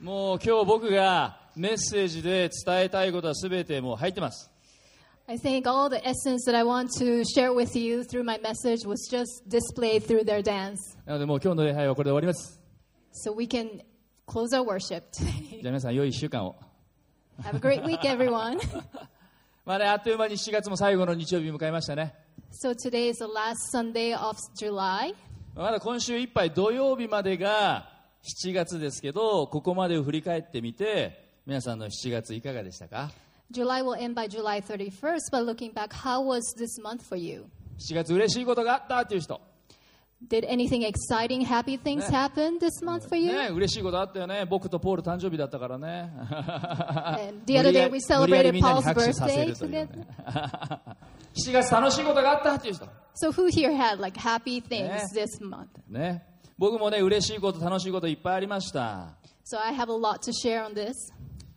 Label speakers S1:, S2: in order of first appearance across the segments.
S1: もう今日僕がメッセージで伝えたいことは全てもう入ってます。
S2: I think all the essence that I want to share with you through my message was just displayed through their dance.
S1: なのでもう今日の礼拝はこれで終わります。
S2: So we can close our worship today.
S1: じゃあ皆さん良い1週間を。
S2: Have a great week, everyone.
S1: まあね、あっという間に7月も最後の日曜日迎えましたね。
S2: so today is the last Sunday of July.
S1: まだ今週いっぱい土曜日までが7月ですけど、ここまでを振り返ってみて、皆さんの7月いかがでしたか
S2: July will end by July 31st, but looking back, how was this month for you?
S1: ?7 月嬉しいことがあったっていう人。
S2: Did anything exciting, happy things
S1: Yeah.
S2: happen this month for you?
S1: ね、嬉しいことあったよね。僕とポール誕生日だったから ね。
S2: the other day we
S1: 無理やり
S2: celebrated
S1: みんなに拍手させるというね 7月楽しいことがあったっていう人。
S2: So who here had like happy things
S1: Yeah.
S2: this month?
S1: ね。僕もね、嬉しいこと、楽しいこといっぱいありました。
S2: So I have a lot to share on this.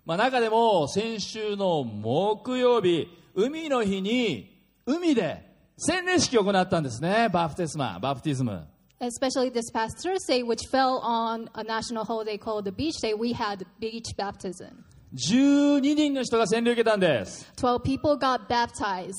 S1: まあ、中でも先週の木曜日、海の日に海で洗礼式を行ったんですね、バプテスマ、バプティズム。
S2: Especially this past Thursday, which fell on a national holiday called the Beach Day, we had beach baptism.
S1: 12人の人が洗礼を受けたんです。
S2: 12 people got baptized.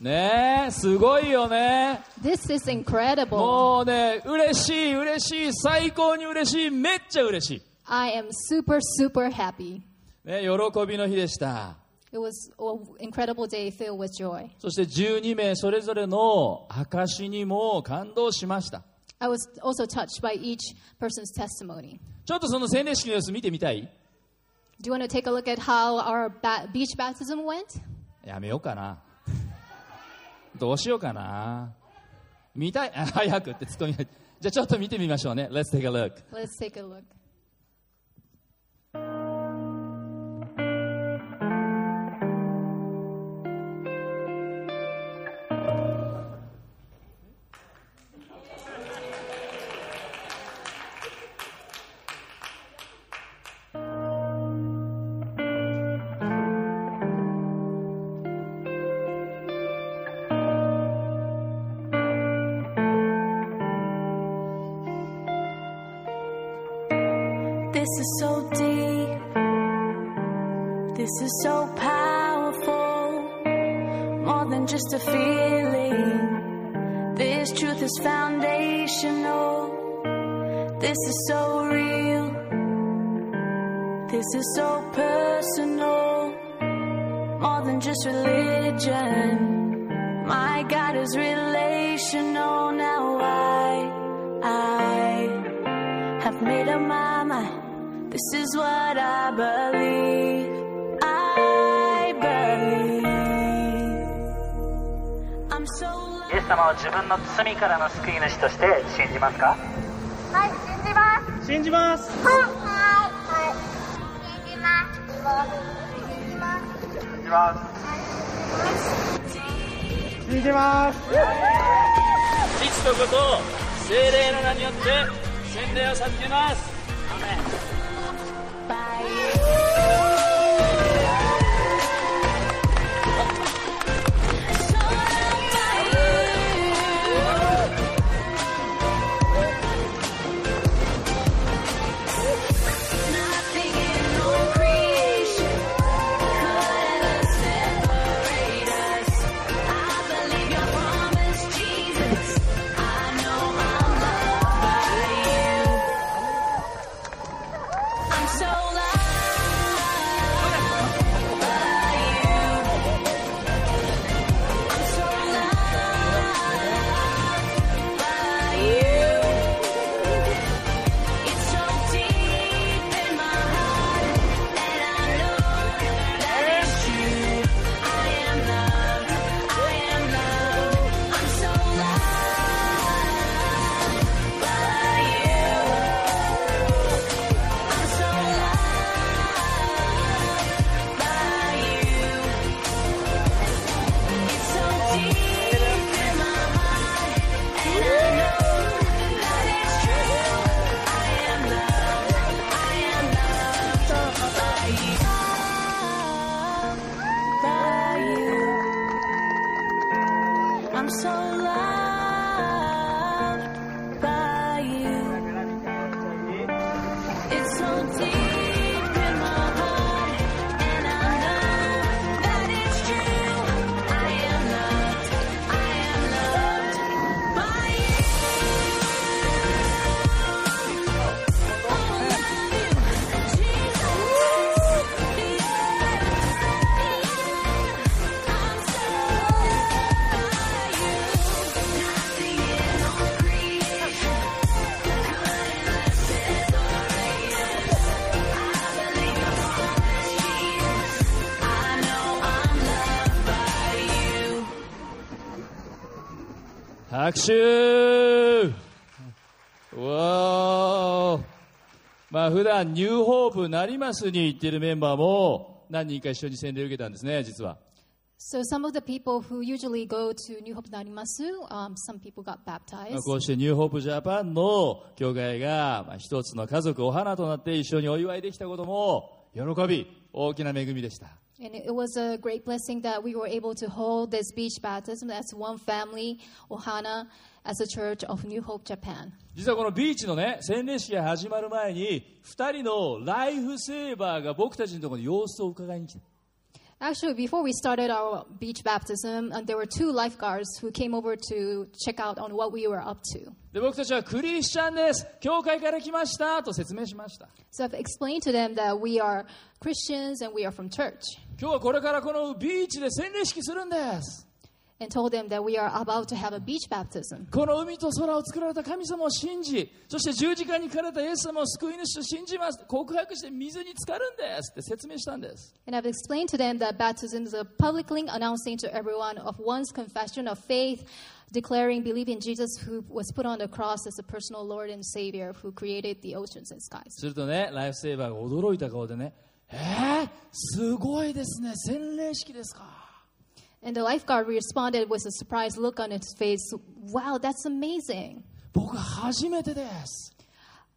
S1: ねえ、すごいよね。
S2: This is incredible.
S1: もうね、嬉しい、嬉しい、最高に嬉しい、めっちゃ嬉し
S2: I am super, super happy.
S1: い。ね、喜びの日でした。
S2: It was an incredible day filled with joy.
S1: そして12名それぞれの証にも感動しました。
S2: I was also touched by each person's testimony.
S1: ちょっとその洗礼式の様子見てみたい
S2: Do you want to take a look at how our ba- beach baptism went?
S1: やめようかな。 どうしようかな。見たい、 あ早くってツッコミが。じゃあちょっと見てみましょうね。Let's take a look.
S2: Let's take a look.
S3: This is so deep. This is so powerful. More than just a feeling. This truth is foundational. This is so real. This is so personal. More than just religion. My God is relational. Now I, I have made up my mind. This is what I believe. I believe. I'm so
S4: イエス様を自分の罪からの救い主として信じますか
S5: はい、信じます。
S4: 信じます
S5: はい。はい。信じます。信じます。
S4: 信じます信じます
S1: 父と子と精霊の名によって洗礼を授けます。
S3: by Nothing in no creation could ever separate us. I believe your promise, Jesus. I know I'm loved by you. I'm so loved by you. I'm so loved by you. It's so deep in my heart that I know that it's true. I am loved. I am loved. I'm so loved by you. I'm so loved. so deep in my heart, and I know that it's true. I am loved. I am loved by you. Oh, love you, Jesus. Yeah, I'm so loved by you. Nothing in all creation could unless it's already I believe in promise, Jesus. I know I'm loved by you.
S1: 拍手うわーまあ普段ニューホープなりますに行ってるメンバーも何人か一緒に洗礼を受けたんですね実は
S2: So some of the people who usually go to New Hope Narimasu, um, some people got
S1: まあ
S2: baptized.
S1: こうしてニューホープジャパンの教会がまあ一つの家族お花となって一緒にお祝いできたことも喜び大きな恵みでした
S2: And it was a great blessing that we were able to hold this beach baptism as one family, Ohana, as a church of New Hope Japan.
S1: 実はこのビーチのね洗礼式が始まる前に2人のライフセーバーが僕たちのところに様子を伺いに来た
S2: Actually, before we started our beach baptism, um, there were two lifeguards who came over to check out on what we were up to.
S1: で僕たちはクリスチャンです教会から来ましたと説明しました
S2: So I've explained to them that we are Christians and we are from church,
S1: 今日はこれからこのビーチで洗礼式するんです
S2: and told them that we are about to have a beach baptism.
S1: この海と空を作られた神様を信じそして十字架にかれたイエス様を救い主と信じます告白して水に浸かるんですって説明したんです
S2: And I've explained to them that baptism is a public link announcing to everyone of one's confession of faith, declaring belief in Jesus who was put on the cross as a personal Lord and Savior who created the oceans and skies.
S1: するとねライフセーバーが驚いた顔でねえー、すごいですね洗礼式ですか
S2: And the lifeguard responded with a surprised look on his face Wow, that's amazing.
S1: 僕初めてです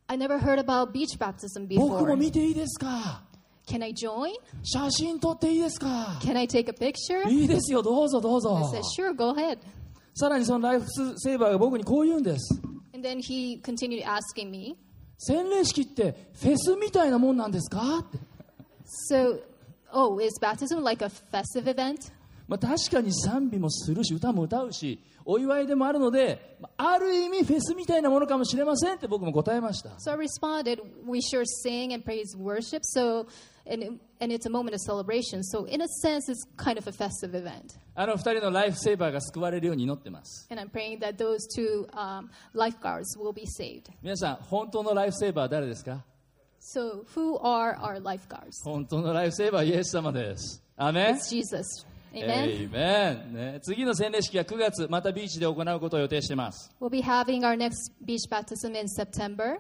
S2: I never heard about beach baptism
S1: 僕も
S2: before.
S1: 見ていいですか
S2: Can I join?
S1: 写真撮っていいですか
S2: Can I take a picture?
S1: いいですよどうぞどう
S2: I
S1: ぞ
S2: said, Sure, go ahead.
S1: さらにそのライフセーバーが僕にこう言うんです
S2: And then he continued asking me,
S1: 洗礼式ってフェスみたいなもんなんですかって
S2: So, oh, is baptism like a festive event?
S1: まあ、確かに賛美もするし歌も歌うしお祝いでもあるのでまあある意味フェスみたいなものかもしれませんって僕も答えました
S2: So I responded, we sure sing and praise worship, so and and it's a moment of celebration. So in a sense it's kind of a festive event.
S1: あの2人のライフセーバーが救われるように祈ってます
S2: And I'm praying that those two um, lifeguards will be saved.
S1: 皆さん本当のライフセーバーは誰ですか
S2: So who are our lifeguards?
S1: 本当のライフセーバーはイエス様ですアメン
S2: It's Jesus.
S1: エ
S2: Amen.
S1: イメン、ね、次の洗礼式は9月またビーチで行うことを予定しています
S2: We'll be having our next beach baptism in September.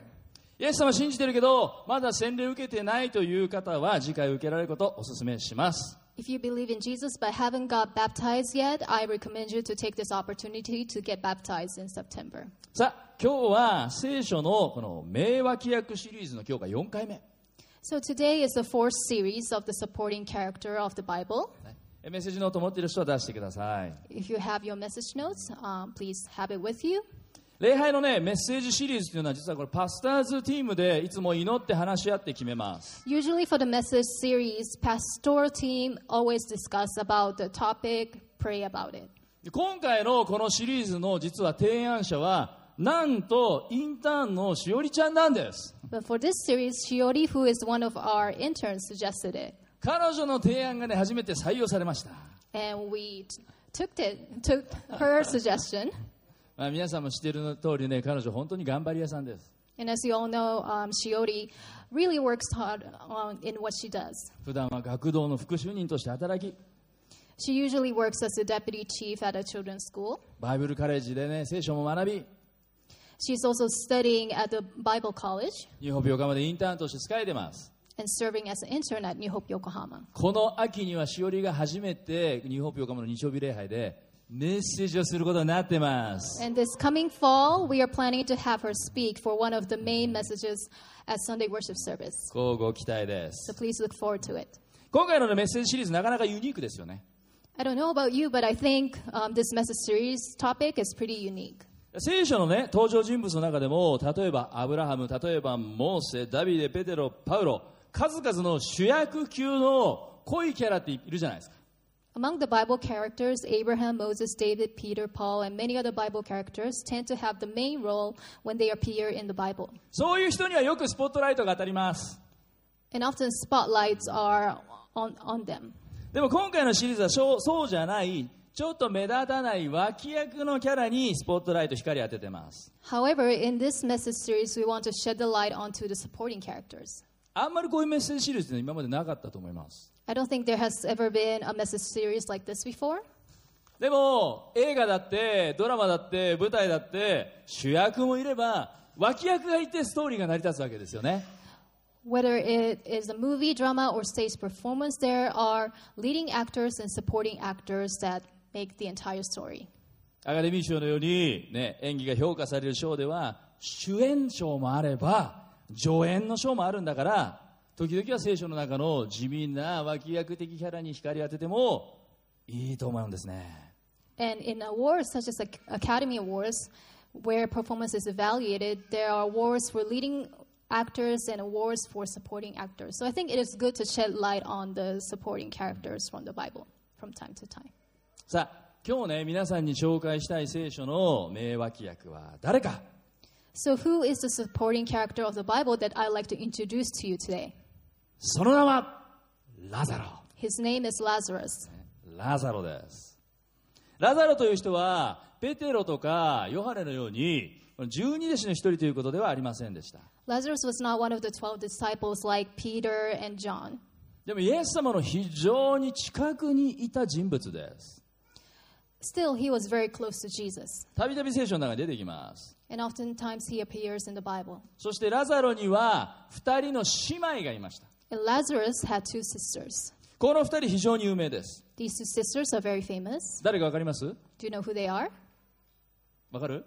S1: イエス様信じてるけどまだ洗礼受けてないという方は次回受けられることをお勧めします
S2: If you believe in Jesus but haven't got baptized yet, I recommend you to take this opportunity to get baptized in September.
S1: さあ今日は聖書のこの名脇役シリーズの今日が4回目
S2: So today is the fourth series of the supporting character of the Bible.
S1: ねえメッセージノート持っている人は出してください
S2: If you have your message notes, um, please have it with you.
S1: 礼拝のねメッセージシリーズというのは実はこれパスターズチームでいつも祈って話し合って決めます
S2: Usually for the message series, pastoral team always discuss about the topic, pray about it.
S1: で今回のこのシリーズの実は提案者はなんとインターンのしおりちゃんなんです
S2: But for this series, Shiori, who is one of our interns, suggested it,
S1: 彼女の提案がね初めて採用されました
S2: and we t- took it, took her suggestion.
S1: まあ、皆さんも知っている通りね彼女本当に頑張り屋さんです
S2: And as you all know, um, Shiori really works hard on, in what she does.
S1: 普段は学童の副主任として働き
S2: She usually works as a deputy chief at a children's school.
S1: バイブルカレッジでね聖書も学び
S2: She's also studying at the Bible College
S1: ニューホープ横浜でインターンとして使えてます
S2: and serving as an intern at New Hope Yokohama.
S1: この秋にはしおりが初めてニューホープ横浜の日曜日礼拝でメッセージをすることになってます
S2: And this coming fall, we are planning to have her speak for one of the main messages at Sunday worship service.
S1: こうご期待で
S2: So
S1: す
S2: please look forward to it.
S1: 今回のねメッセージシリーズなかなかユニークですよね
S2: I don't know about you, but I think um, this message series topic is pretty unique.
S1: 聖書のね、登場人物の中でも、例えばアブラハム、例えばモーセ、ダビデ、ペテロ、パウロ、数々の主役級の濃いキャラっているじゃないですか。
S2: Among the Bible characters, Abraham, Moses, David, Peter, Paul, and many other Bible characters tend to have the main role when they appear in the Bible.
S1: そういう人にはよくスポットライトが当たります。
S2: And often spotlights are on, on them.
S1: でも今回のシリーズはそうそうじゃない、ちょっと目立たない脇役のキャラにスポットライト光当ててます。
S2: However, in this message series, we want to shed the light onto the supporting characters.
S1: あんまりこういうメッセージシリーズって今までなかったと思います。
S2: I don't think there has ever been a message series like this before.
S1: でも映画だってドラマだって舞台だって主役もいれば脇役がいてストーリーが成り立つわけですよね
S2: Whether it is a movie, drama, or stage performance, there are leading actors and supporting actors that make the entire story.
S1: アカデミー賞のように、ね、演技が評価される賞では主演賞もあれば助演の賞もあるんだから時々は聖書の中の地味な脇役的キャラに光を当ててもいいと思うんですね
S2: And in awards such as Ac- Academy Awards, where performance is evaluated, there are awards for leading actors and awards for supporting actors. So I think it is good to shed light on the supporting characters from the Bible from time to time.
S1: さあ今日ね皆さんに紹介したい聖書の名脇役は誰か
S2: So, who is the supporting character of the Bible that I'd like to introduce to you today?
S1: その名はラザロ
S2: His name is Lazarus.
S1: ラザロです。ラザロという人は、ペテロとかヨハネのように、十二弟子の一人ということではありませんでした。
S2: Lazarus was not one of the 12 disciples like Peter and John.
S1: でも、イエス様の非常に近くにいた人物です。
S2: Still, he was very close to Jesus,
S1: たびたび聖書の中に出てきます。
S2: and oftentimes he appears in the Bible.
S1: そして、ラザロには二人の姉妹がいました。
S2: And Lazarus had two sisters.
S1: この二人非常に有名です。
S2: These two sisters are very famous.
S1: 誰かわかります
S2: Do you know who they are?
S1: わかる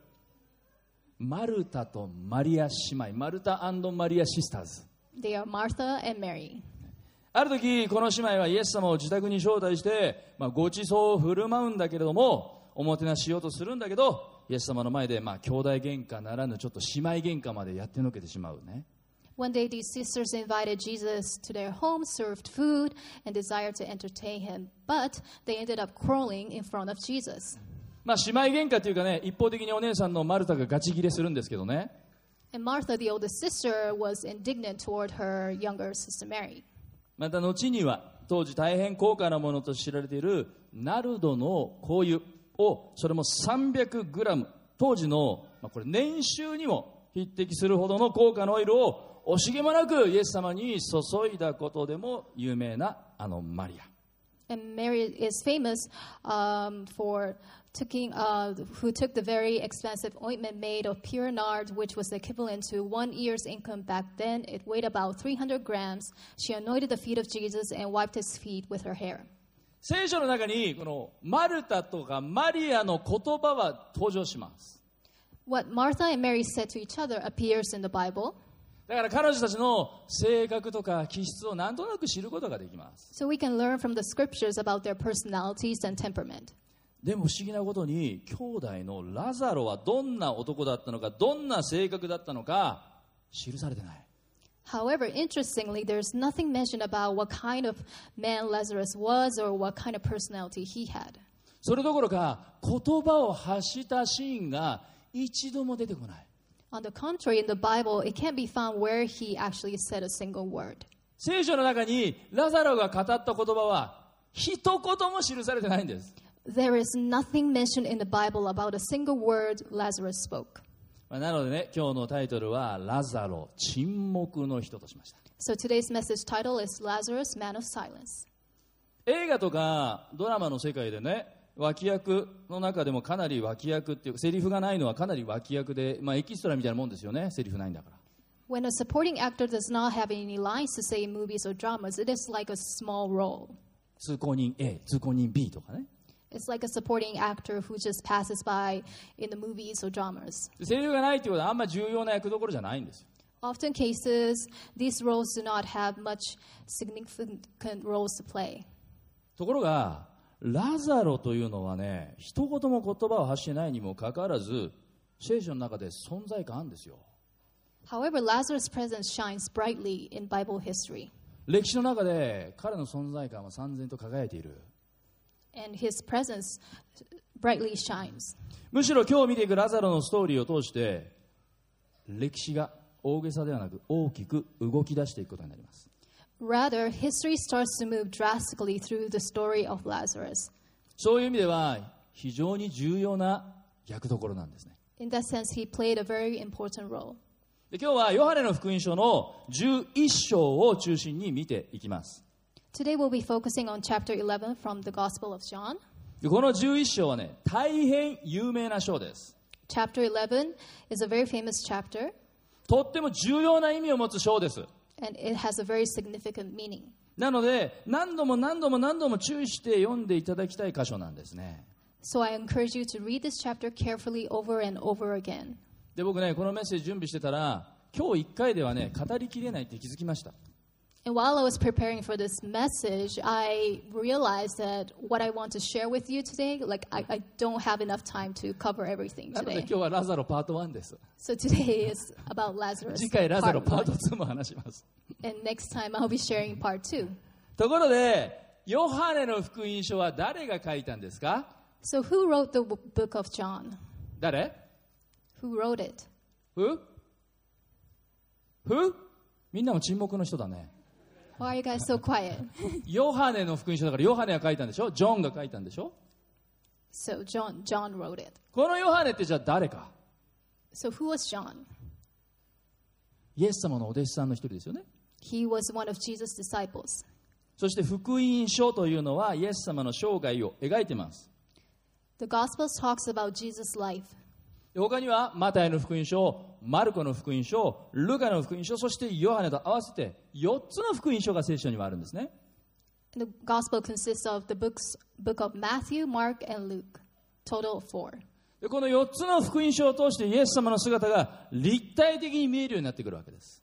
S1: マルタとマリア姉妹。マルタマリアシスターズ。
S2: They are Martha and Mary.
S1: ある時この姉妹はイエス様を自宅に招待して、まあ、ごちそうを振る舞うんだけれどもおもてなししようとするんだけどイエス様の前で、まあ、兄弟喧嘩ならぬちょっと姉妹喧嘩までやってのけてしまうね
S2: One day, these sisters invited Jesus to their home, served food, and desired to entertain him, but they ended up quarreling in front of Jesus.
S1: まあ姉妹喧嘩というかね一方的にお姉さんのマルタがガチギレするんですけどね
S2: And Martha, the oldest sister, was indignant toward her younger sister Mary.
S1: また後には当時大変高価なものと知られているナルドの香油をそれも 300g 当時の、まあ、これ年収にも匹敵するほどの高価なオイルを惜しげもなくイエス様に注いだことでも有名なあのマリア
S2: And Mary is famous um, for taking, uh, who took the very expensive ointment made of pure nard, which was equivalent to one year's income back then. It weighed about 300 grams. She anointed the feet of Jesus and wiped his feet with her hair.
S1: 聖書の中にこのマルタとかマリアの言葉は登場します
S2: What Martha and Mary said to each other appears in the Bible,
S1: だから彼女たちの性格とか気質をなんとなく知ることができます
S2: so we can learn from the scriptures about their personalities and temperament.
S1: でも不思議なことに兄弟のラザロはどんな男だったのかどんな性格だったのか記されてない
S2: However, interestingly, there's nothing mentioned about what kind of man Lazarus was or what kind of personality he had.
S1: それどころか言葉を発したシーンが一度も出てこない
S2: On the contrary, in the Bible, it can't be found where he actually said a single word.
S1: 聖書の中にラザロが語った言葉は一言も記されてないんです、
S2: There is nothing mentioned in the Bible about a single word Lazarus spoke.
S1: まあなのでね今日のタイトルは「ラザロ沈黙の人」としました
S2: So today's message title is Lazarus, Man of Silence.
S1: 映画とかドラマの世界でね脇役の中でもかなり脇役っていうかセリフがないのはかなり脇役で、まあ、エキストラみたいなもんですよねセリフないんだから
S2: When a supporting actor does not have any lines to say in movies or dramas, it is like a small role.
S1: 通行人 A 通行人 B とかね
S2: It's like a supporting actor who just passes by in the movies or dramas.
S1: でセリフがないっていうことはあんま重要な役どころじゃないんですよ
S2: Often cases, these roles do not have much significant roles to play.
S1: ところがラザロというのはね一言も言葉を発してないにもかかわらず聖書の中で存在感あるんですよ。
S2: However, Lazarus' presence shines brightly in Bible history,
S1: 歴史の中で彼の存在感は三然と輝いている。
S2: and his presence brightly shines.
S1: むしろ今日見ていくラザロのストーリーを通して、歴史が大げさではなく大きく動き出していくことになります。
S2: Rather, history starts to move drastically through the story of Lazarus.
S1: そういう意味では非常に重要な役どころなんですね。
S2: In that sense, he played a very important role.
S1: で今日はヨハネの福音書の11章を中心に見ていきます。
S2: Today, we'll be focusing on chapter 11 from the Gospel of John.
S1: でこの11章はね、大変有名な章です。
S2: Chapter 11 is a very famous chapter,
S1: とっても重要な意味を持つ章です。
S2: and it has a very significant meaning.
S1: なので、何度も何度も何度も注意して読んでいただきたい箇所なんですね。
S2: So I encourage you to read this chapter carefully over and over again.
S1: で、僕ね、このメッセージ準備してたら、今日1回ではね、語りきれないって気づきました。
S2: And while I was preparing for this message, I realized that what I want to share with you today, like I, I don't have enough time to cover everything
S1: なので
S2: today.
S1: 今日はラザロパート1です。
S2: So today is about Lazarus.
S1: 次回ラザロ
S2: part
S1: パート
S2: one.
S1: 2も話します。
S2: And next time I'll be sharing part two.
S1: ところで、ヨハネの福音書は誰が書いたんですか
S2: So who wrote the w- book of John?
S1: 誰
S2: Who wrote it?
S1: Who? Who? みんなも沈黙の人だね。
S2: Why are you guys so quiet?
S1: ヨハネの福音書だからヨハネが書いたんでしょジョンが書いたんでしょ
S2: So John John wrote it.
S1: このヨハネってじゃあ誰か
S2: So who was John?
S1: イエス様のお弟子さんの一人ですよね。
S2: He was one of Jesus' disciples.
S1: そして福音書というのはイエス様の生涯を描いてます。
S2: The Gospels talks about Jesus' life.
S1: で他にはマタイの福音書、マルコの福音書、ルカの福音書、そしてヨハネと合わせて4つの福音書が聖書にはあるんですね。
S2: The Gospel consists of the books book of Matthew, Mark, and Luke. Total of four.
S1: でこの4つの福音書を通してイエス様の姿が立体的に見えるようになってくるわけです。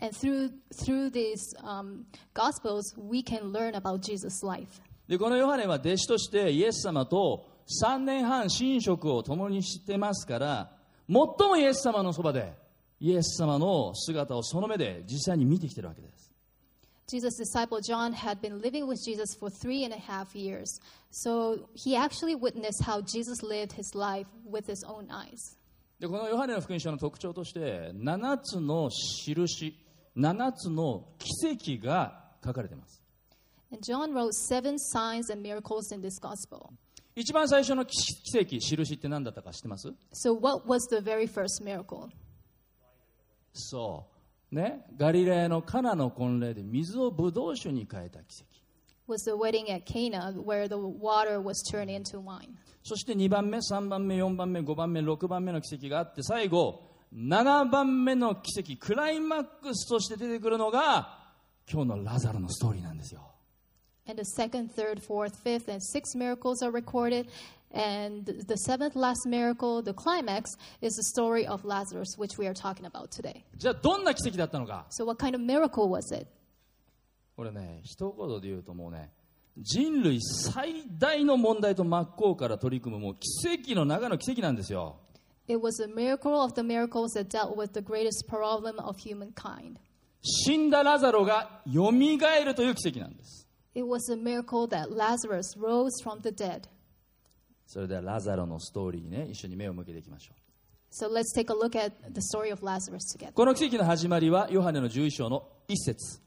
S2: And through through these um, Gospels, we can learn about Jesus' life.
S1: でこのヨハネは弟子としてイエス様と3年半寝食を共にしてますから最もイエス様のそばでイエス様の姿をその目で実際に見てきてるわけです。
S2: Jesus' disciple John had been living with Jesus for three and a half years, so he actually witnessed how Jesus lived his life with his own eyes.
S1: でこのヨハネの福音書の特徴として7つの印7つの奇跡が書かれています。
S2: And John wrote seven signs and miracles in this gospel.
S1: 一番最初の奇跡、印って何だったか知ってます
S2: So, what was the very first miracle?
S1: そう。ね、ガリレアのカナの婚礼で水をブドウ酒に変えた奇跡。
S2: Was the wedding at Cana, where the water was turned into wine.
S1: そして2番目、3番目、4番目、5番目、6番目の奇跡があって、最後、7番目の奇跡、クライマックスとして出てくるのが、今日のラザロのストーリーなんですよ。
S2: And the second, third, fourth, fifth, and sixth miracles are recorded. And the seventh last miracle, the climax, is the story of Lazarus, which we are talking about today.
S1: じゃあ、どんな奇跡だったのか。
S2: So, what kind of miracle was it?
S1: これね、一言で言うともうね、人類最大の問題と真っ向から取り組む、もう奇跡の中の奇跡なんですよ。
S2: It was a miracle of the miracles that dealt with the greatest problem of humankind.
S1: 死んだラザロが蘇るという奇跡なんです。
S2: It was a miracle that Lazarus rose from the dead.
S1: それではラザロのストーリーにね、一緒に目を向けていきましょう。
S2: So let's take a look at the story of Lazarus together.
S1: この奇跡の始まりは、ヨハネの11章の1節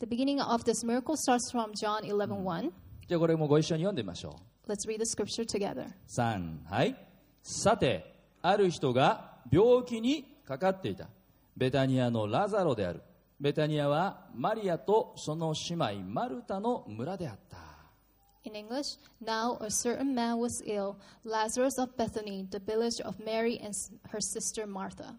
S2: The beginning of this miracle starts from John 11:1.
S1: じゃあこれもご一緒に読んでみましょ
S2: Let's read the scripture together.
S1: う。3、はい。さて、ある人が病気にかかっていた。ベタニアのラザロである。ベタニアはマリアとその姉妹マルタの村であった。
S2: In English, now a certain man was ill, Lazarus of Bethany, the village of Mary and s- her sister Martha.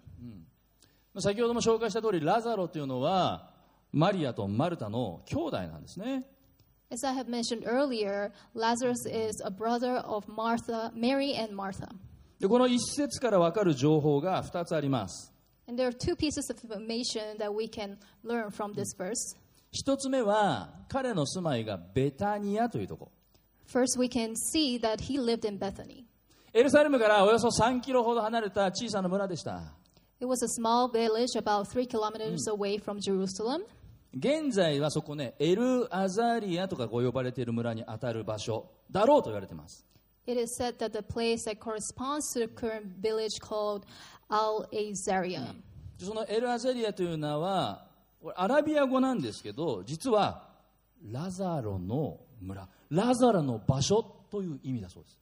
S1: 先ほども紹介した通り、ラザロというのは、マリアとマルタの兄弟なんですね。
S2: As I have mentioned earlier, Lazarus is a brother of Martha, Mary and Martha.
S1: でこの一節からわかる情報が2つあります。
S2: And there are two pieces of information that we can learn from this verse.
S1: 1つ目は、彼の住まいがベタニアというところ。
S2: First, we can see that he lived in Bethany.
S1: エルサレムからおよそ3キロほど離れた小さな村でした。
S2: It was a small village about three kilometers away from Jerusalem.
S1: 現在はそこね、エル・アザリアとかこう呼ばれている村に当たる場所だろうと言われています。
S2: It is said that the place that corresponds to the current village called Al Azaria.
S1: でそのエル・アザリアという名は、これアラビア語なんですけど、実はラザロの村、ラザロの場所という意味だそうです。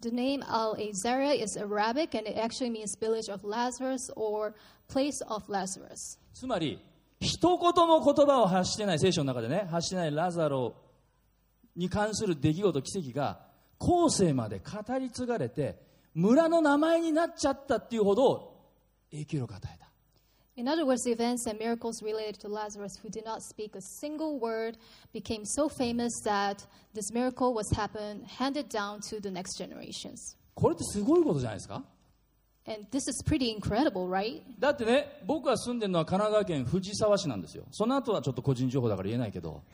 S2: The name Al Azaria is Arabic and it actually means village of Lazarus or place of Lazarus.
S1: つまり、一言も言葉を発してない、聖書の中でね、発してないラザロに関する出来事、奇跡が、後世まで語り継がれて、村の名前になっちゃったっていうほど、影響力を与えた。
S2: In other words, the events and miracles related to Lazarus, who did not speak a single word, became so famous that this miracle was happen, handed down to the next generations.
S1: これってすごいことじゃないですか
S2: And this is pretty incredible, right?
S1: だってね、僕が住んでるのは神奈川県藤沢市なんですよ。その後はちょっと個人情報だから言えないけど、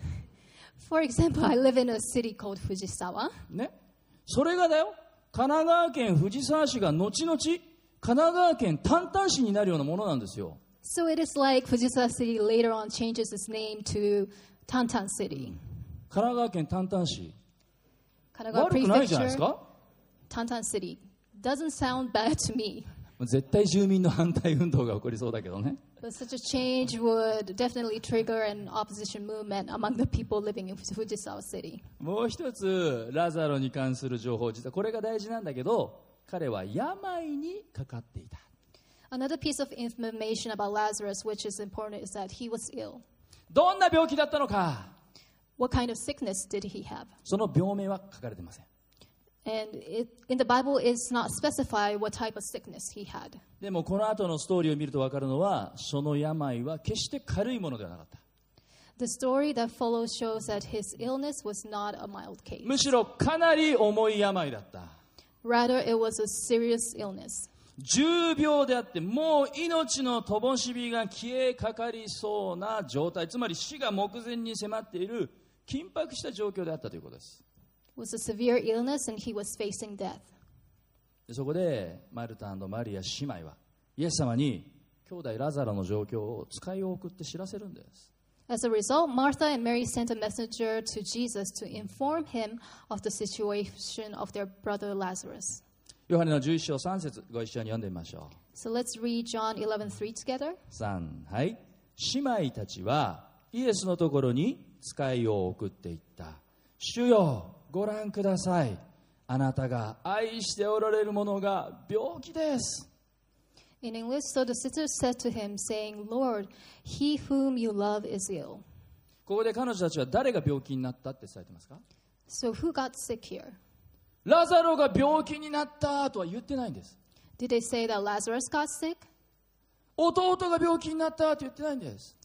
S2: For example, I live in a city called Fujisawa.
S1: ね。それがだよ、神奈川県藤沢市が後々、神奈川県丹々市になるようなものなんですよ。
S2: So it is like Fujisawa City later on changes its name to Tantan City.
S1: 神奈川県丹々市。
S2: Kanagawa
S1: 悪くないじゃないです
S2: Prefecture,
S1: か
S2: Tantan City. Doesn't sound bad to me,
S1: 絶対住民の反対運動が起こりそうだけどね
S2: but such a change would definitely trigger an opposition movement among the people living in Fujisawa City.
S1: もう一つラザロに関する情報実はこれが大事なんだけど彼は病にかかっていた
S2: Another piece of information about Lazarus, which is important, is that he was ill.
S1: どんな病気だったのか
S2: What kind of sickness did he have?
S1: その病名は書かれてません
S2: And it, in the Bible, it's not specified what type of sickness he had.
S1: でもこの後のストーリーを見ると分かるのはその病は決して軽いものではなかった
S2: The story that follows shows that his illness was not a mild case.
S1: むしろかなり重い病だった
S2: Rather, it was a serious illness.
S1: 重病であってもう命の灯火が消えかかりそうな状態つまり死が目前に迫っている緊迫した状況であったということです
S2: It was a severe illness and he was facing death.
S1: でそこでマルタマリア姉妹はイエス様に兄弟ラザロの状況を使いを送って知らせるんです
S2: As a result, Martha and Mary sent a messenger to Jesus to inform him of the situation of their brother Lazarus.
S1: ヨハネの11章3節ご一緒に読んでみましょ
S2: So let's read John 11:3 together.
S1: う3はい姉妹たちはイエスのところに使いを送っていった主よご覧くださいあなたが愛しておられるものが病気です
S2: In English, so the sisters said to him, saying, "Lord, he whom you love is ill."
S1: ここで彼女たちは誰が病気になったって伝えてますか
S2: So who got sick here?
S1: ラザロが病気になったとは言ってないんです
S2: Did they say that Lazarus got sick?
S1: 弟が病気になったと言ってないんです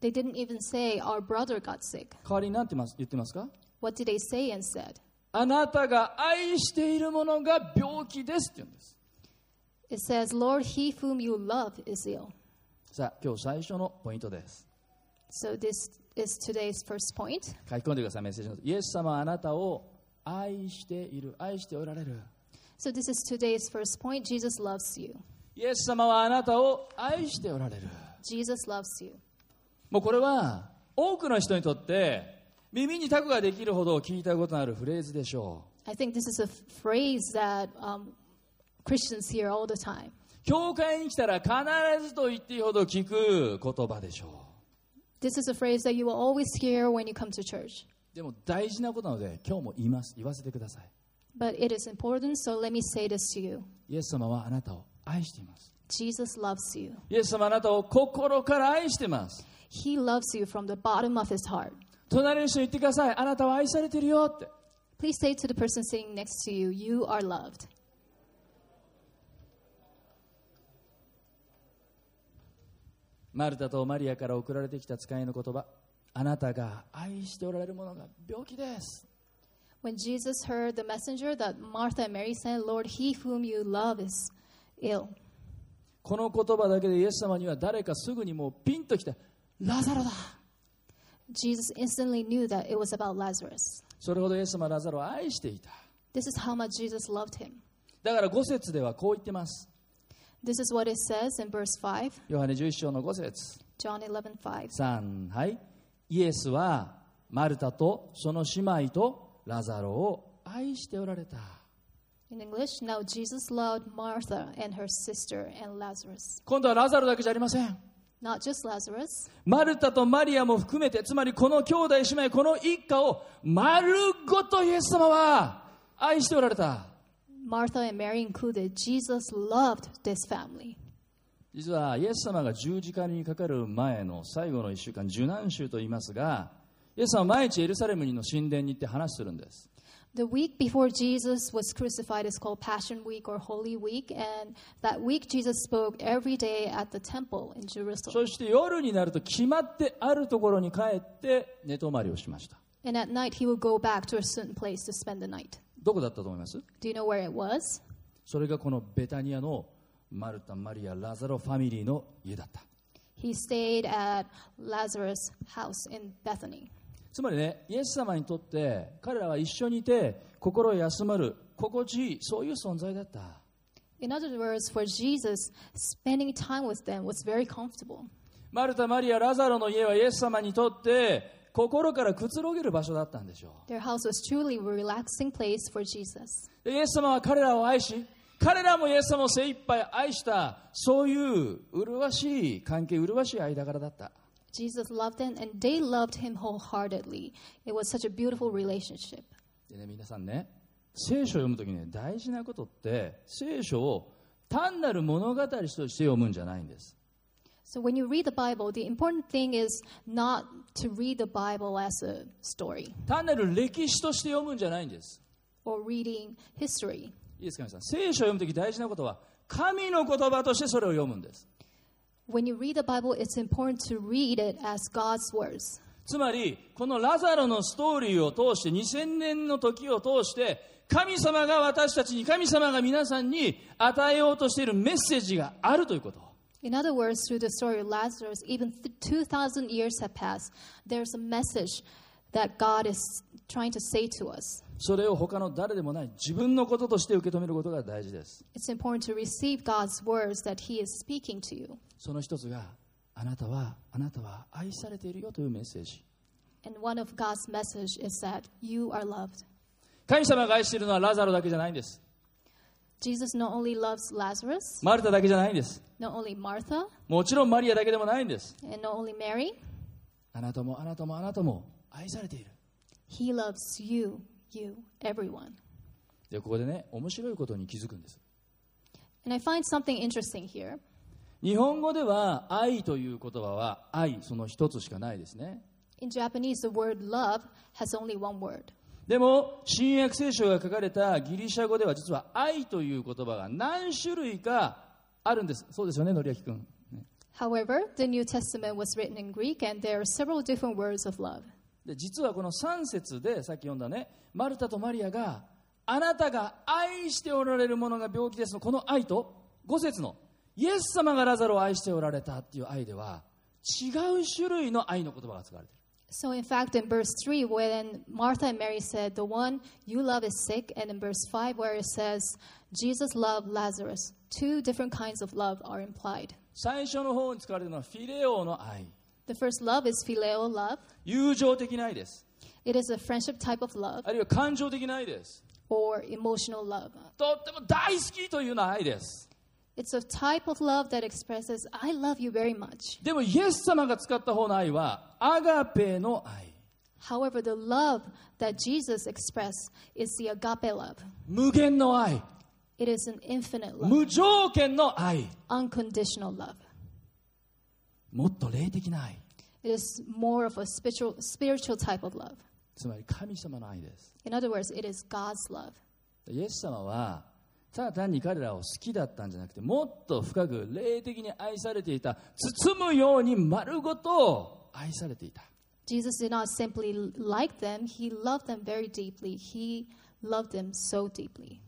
S2: They didn't even say our brother got sick.
S1: 代わりに何てます言ってますか
S2: What did they say instead?
S1: あなたが愛しているものが病気ですって言うんです
S2: It says, Lord, he whom you love is ill.
S1: さあ今日最初のポイントです
S2: So this is today's first point.
S1: 書き込んでくださいメッセージのイエス様はあなたを愛している愛しておられる
S2: So this is today's first point. Jesus loves you.
S1: イエス様はあなたを愛しておられる
S2: Jesus loves you.
S1: もうこれは多くの人にとって耳にタコができるほど聞いたことのあるフレーズでしょう
S2: I think this is a f- phrase that um, Christians hear all the time.
S1: 教会に来たら必ずと言っていいほど聞く言葉でしょ
S2: This is a phrase that you will always hear when you come to
S1: う
S2: church.
S1: でも大事なことなので今日も言います言わせてください
S2: But it is important, so let me say this to you
S1: イエス様はあなたを愛しています
S2: Jesus loves you.
S1: イエス様はあなたを心から愛してます
S2: He loves you from the bottom of his heart.
S1: 隣の人に言ってくださいあなたは愛されてるよって
S2: Please say to the person sitting next to you, You are loved.
S1: マルタとマリアから送られてきた使いの言葉あなたが愛しておられるものが病気です
S2: When Jesus heard the messenger that Martha and Mary sent, Lord, he whom you love is ill.
S1: この言葉だけでイエス様には誰かすぐにもうピンときたラザロだ
S2: Jesus instantly knew that it was about Lazarus.
S1: それほどイエス様はラザロを愛していた
S2: This is how much Jesus loved him.
S1: だから5節ではこう言ってます。
S2: This is what it says in verse 5,
S1: ヨハネ11章の5節
S2: John 11 5.
S1: 3はいイエスはマルタとその姉妹とラザロを愛しておられた
S2: In English, now Jesus loved Martha and her sister and Lazarus.
S1: 今度はラザロだけじゃありません
S2: Not just Lazarus,
S1: マルタとマリアも含めてつまりこの兄弟姉妹この一家を丸ごとイエス様は愛しておられた
S2: Martha and Mary included. Jesus loved this family.
S1: 実はイエス様が十字架にかかる前の最後の1週間受難週と言いますがイエス様は毎日エルサレムの神殿に行って話するんです
S2: The week before Jesus was crucified is called Passion Week or Holy Week, and that week Jesus spoke every day at the temple in Jerusalem.
S1: そして夜になると決まってあるところに帰って寝泊まりをしました
S2: And at night he would go back to a certain place to spend the night.
S1: どこだったと思います
S2: Do you know where it was?
S1: それがこのベタニアのマルタ、マリア、ラザロファミリーの家だった。
S2: He stayed at Lazarus' house in Bethany.
S1: つまりね、イエス様にとって彼らは一緒にいて心休まる、心地いい、そういう存在だった。
S2: In other words, for Jesus, spending time with them was very comfortable.
S1: マルタ、マリア、ラザロの家はイエス様にとって心からくつろげる場所だったんでしょ
S2: Their house was truly a relaxing place for Jesus.
S1: う。でイエス様は彼らを愛し、彼らもイエス様を精一杯愛した、そういう麗しい関係、麗しい間柄だった。
S2: Jesus loved them and they loved him wholeheartedly. It was such a beautiful relationship.
S1: でね、皆さんね、聖書を読むときね、大事なことって、聖書を単なる物語として読むんじゃないんです。
S2: So when you read the Bible, the important thing is not to read the Bible as a story
S1: 単なる歴史として読むんじゃないんです。
S2: or reading history.
S1: いいですか、皆さん。聖書を読むとき大事なことは、神の言葉としてそれを読むんです。
S2: When you read the Bible, it's important to read it as God's words.
S1: つまり、このラザロのストーリーを通して、2000年の時を通して、神様が私たちに、神様が皆さんに与えようとしているメッセージがあるということ。
S2: In other words, through the story of Lazarus, even th- 2,000 years have passed, there's a message that God is trying to say to us.
S1: それを他の誰でもない自分のこととして受け止めることが大事です。
S2: It's important to receive God's words that He is speaking to you.
S1: その一つがあなたはあなたは愛されているよというメッセージ
S2: And one of God's message is that you are loved.
S1: 神様が愛しているのはラザロだけじゃないんです
S2: Jesus not only loves Lazarus,
S1: マルタだけじゃないんです
S2: not only Martha,
S1: もちろんマリアだけでもないんです
S2: and not only Mary,
S1: あなたもあなたもあなたも愛されている
S2: He loves you, you, everyone.
S1: でここでね面白いことに気づくんです
S2: And I find something interesting here.
S1: 日本語では愛という言葉は愛その一つしかないですね
S2: In Japanese, the word love has only one word.
S1: でも新約聖書が書かれたギリシャ語では実は愛という言葉が何種類かあるんですそうですよね紀明君、ね
S2: However, the New Testament was written in Greek, and there are several different words of love.
S1: で実はこの3節でさっき読んだねマルタとマリアがあなたが愛しておられるものが病気ですのこの愛と5節のイエス様がラザロを愛しておられたっていう愛では違う種類の愛の言葉が使われている
S2: So, in fact, in verse 3, when Martha and Mary said, The one you love is sick, and in verse 5, where it says, Jesus loved Lazarus, two different kinds of love are implied.
S1: 最初の方に使われているのはフィレオの愛
S2: The first love is phileo love,
S1: 友情的な愛です
S2: it is a friendship type of love
S1: あるいは感情的な愛です
S2: or emotional love.
S1: とっても大好きというような愛です
S2: It's a type of love that expresses, I love you very much.
S1: でもイエス様が使った方の愛はアガペの愛
S2: However, the love that Jesus expressed is the agape love,
S1: 無限の愛
S2: it is an infinite love.
S1: 無条件の愛
S2: unconditional love.
S1: もっと霊的な愛
S2: It is more of a spiritual, spiritual type of love.
S1: つまり神様の愛です
S2: In other words, it is God's love.
S1: イエス様はただ単に彼らを好きだったんじゃなくてもっと深く霊的に愛されていた包むように丸ごと愛されていた
S2: Jesus did not simply like them, he loved them very deeply. He loved them so deeply.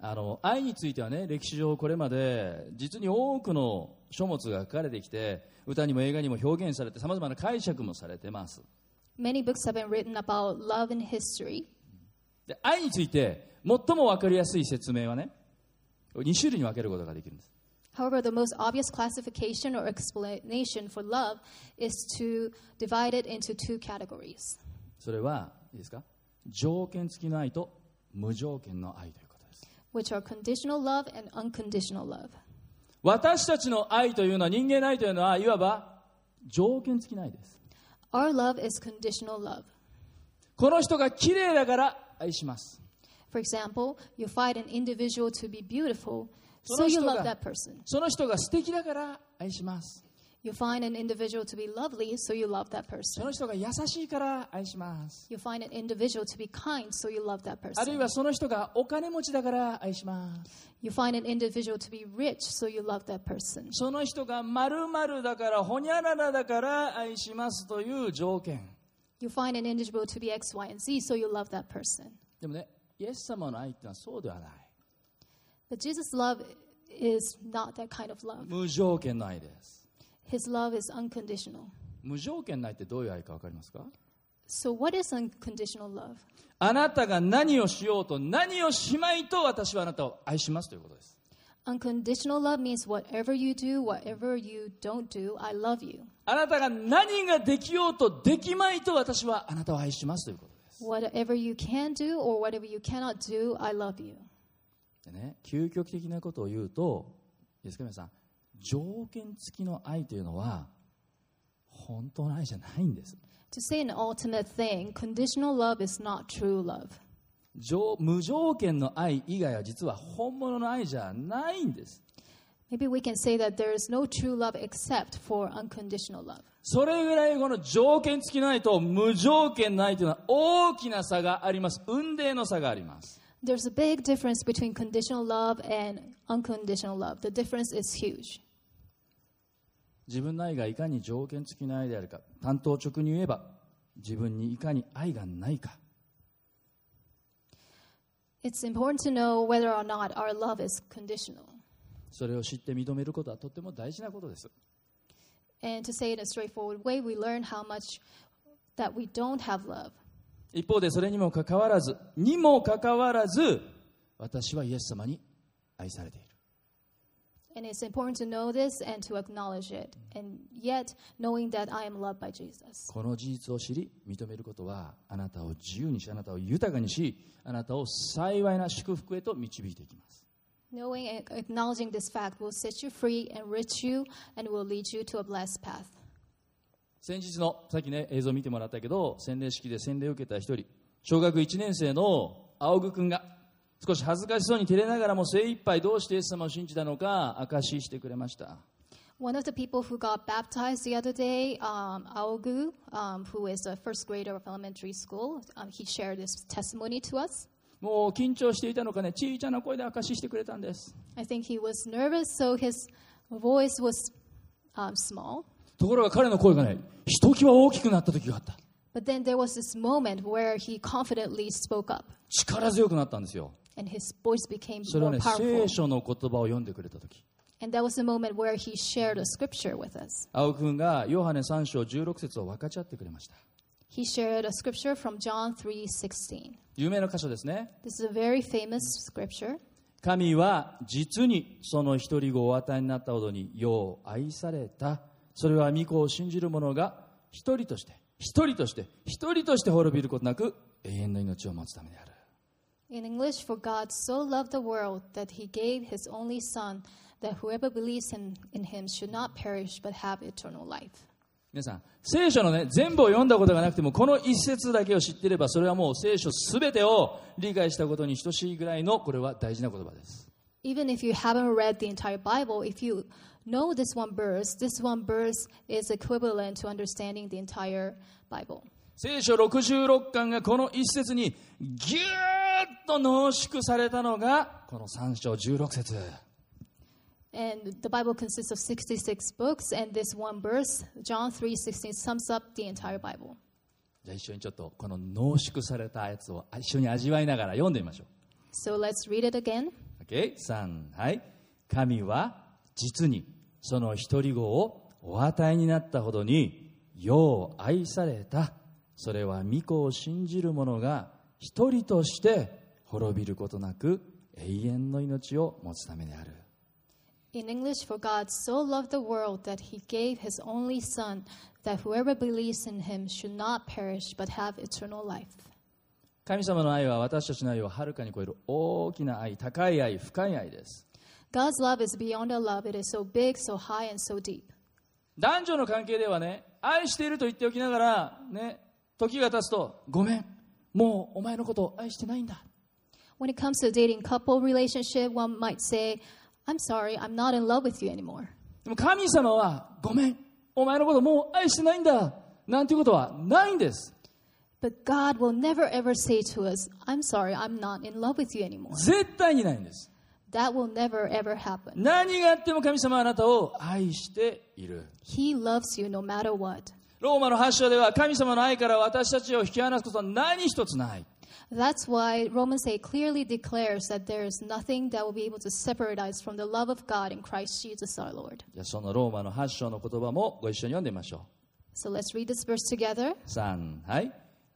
S1: あの愛についてはね歴史上これまで実に多くの書物が書かれてきて歌にも映画にも表現されてさまざまな解釈もされてます
S2: Many books have been written about love in history.
S1: で愛について最も分かりやすい説明はね2種類に分けることができるんです
S2: However, the most obvious classification or explanation for love is to divide it into two categories.
S1: それはいいですか条件付きの愛と無条件の愛ということです
S2: which are conditional love and unconditional love.
S1: 私たちの愛というのは人間の愛というのはいわば条件付きの愛です
S2: Our love is conditional love.
S1: この人が綺麗だから愛します
S2: For example, you find an individual to be beautiful,
S1: So
S2: so you
S1: let's do
S2: love
S1: that.
S2: that person.
S1: その人が素敵だから愛します
S2: You find an individual to be lovely, so you love that
S1: そ
S2: person.
S1: の人が優しいから愛します
S2: You find an individual to be kind, so you love that
S1: あるい
S2: person.
S1: はその人がお金持ちだから愛します
S2: You find an individual to be rich, so you love that person.
S1: その人が〇〇だからほにゃららだから愛しますという条件
S2: You find an individual to be X, Y, and Z, so you love that person.
S1: でもねイエス様の愛ってのはそうではない
S2: But Jesus' love is not that kind of love.
S1: 無条件の愛です
S2: His love is unconditional.
S1: 無条件の愛ってどういう愛か分かりますか
S2: So, what is unconditional love?
S1: あなたが何をしようと何をしまいと私はあなたを愛しますということです
S2: Unconditional love means whatever you do, whatever you don't do, I love you.
S1: あなたが何ができようとできまいと私はあなたを愛しますということです
S2: Whatever you can do or whatever you cannot do, I love you.
S1: でね究極的なことを言うといいですか皆さん条件付きの愛というのは本当の愛じゃないんです
S2: To say an ultimate thing, conditional love is not true love.
S1: 条無条件の愛以外は実は本物の愛じゃないんです
S2: Maybe we can say that there is no true love except for unconditional love.
S1: それぐらいこの条件付きの愛と無条件の愛というのは大きな差があります運命の差があります
S2: There's a big difference between conditional love and unconditional love. The difference is huge.
S1: 自分の愛がいかに条件付きの愛であるか単刀直入に言えば自分にいかに愛がないか
S2: It's important to know whether or not our love is conditional.
S1: それを知って認めることはとても大事なことです
S2: And to say it in a straightforward way, we learn how much that we don't have love.
S1: 一方でそれにもかかわらずにもかかわらず私はイエス様に愛されている
S2: And it's important to know this and to acknowledge it. And yet, knowing that I am loved by Jesus.
S1: この事実を知り認めることはあなたを自由にしあなたを豊かにしあなたを幸いな祝福へと導いていきます
S2: Knowing and acknowledging this fact will set you free, enrich you, and will lead you to a blessed path.
S1: 先日のさっきね映像見てもらったけど洗礼式で洗礼を受けた一人小学1年生の青木君が少し恥ずかしそうに照れながらも精一杯どうしてイエス様を信じたのか証ししてくれました
S2: One of the people who got baptized the other day, um, Aogu, um, who is a first grader of elementary school, um, he shared this testimony to us.
S1: もう緊張していたのかね小さな声で証ししてくれたんです
S2: I think he was nervous, so his voice was um, small.
S1: ところが彼の声がねひときわ大きくなった時があった
S2: But then there was this moment where he confidently spoke up,
S1: 力強くなったんですよ
S2: and his voice became
S1: それは
S2: more
S1: ね
S2: powerful.
S1: 聖書の言葉を読んでくれた時
S2: And that was the moment where he shared a scripture with us.
S1: 青木君がヨハネ3章16節を分かち合ってくれました
S2: He shared a scripture from John 3:16.
S1: 有名な箇所ですね
S2: This is a very famous scripture.
S1: 神は実にその一人子をお与えになったほどによう愛されたそれは御子を信じる者が一人として一人として一人として滅びることなく永遠の命を持つためである
S2: In English, for God so loved the world that he gave his only son that whoever believes in, in him should not perish but have eternal life.
S1: 皆さん聖書のね全部を読んだことがなくてもこの一節だけを知っていればそれはもう聖書すべてを理解したことに等しいぐらいのこれは大事な言葉です
S2: Even if you haven't read the entire Bible, if you know this one verse, this one verse is equivalent to understanding the entire Bible.
S1: 聖書66巻がこの一節にぎゅーっと濃縮されたのがこの3章16節
S2: And the Bible consists of 66 books, and this one verse, John 3:16, sums up the entire Bible.
S1: じゃあ一緒にちょっとこの濃縮されたやつを一緒に味わいながら読んでみましょ
S2: So let's read it again.
S1: う。OK? 3、はい。神は実にその一人子をお与えになったほどによう愛された。それは御子を信じる者が一人として滅びることなく永遠の命を持つためである
S2: In English, for God so loved the world that he gave his only Son, that whoever believes in him should not perish but have eternal life.
S1: 神様の愛は私たちの愛をはるかに超える大きな愛高い愛深い愛です
S2: God's love is beyond our love, it is so big, so high, and so deep.
S1: 男女の関係ではね愛していると言っておきながらね時が経つとごめんもうお前のことを愛してないんだ
S2: When it comes to dating couple relationship, one might say, I'm sorry, I'm not in love with you anymore.
S1: でも神様はごめんお前のこともう愛してないんだなんていうことはないんです
S2: But God will never ever say to us, I'm sorry, I'm not in love with you anymore.
S1: 絶対にないんです
S2: That will never ever happen.
S1: 何があっても神様はあなたを愛している
S2: He loves you no matter what.
S1: ローマの8章では神様の愛から私たちを引き離すことは何一つない
S2: That's why Romans 8 clearly declares that there is nothing that will be able to separate us from the love of God in Christ Jesus our Lord.
S1: じゃあそのローマの8章の言葉もご一緒に読んでみましょ
S2: So let's read this verse together.
S1: う3はい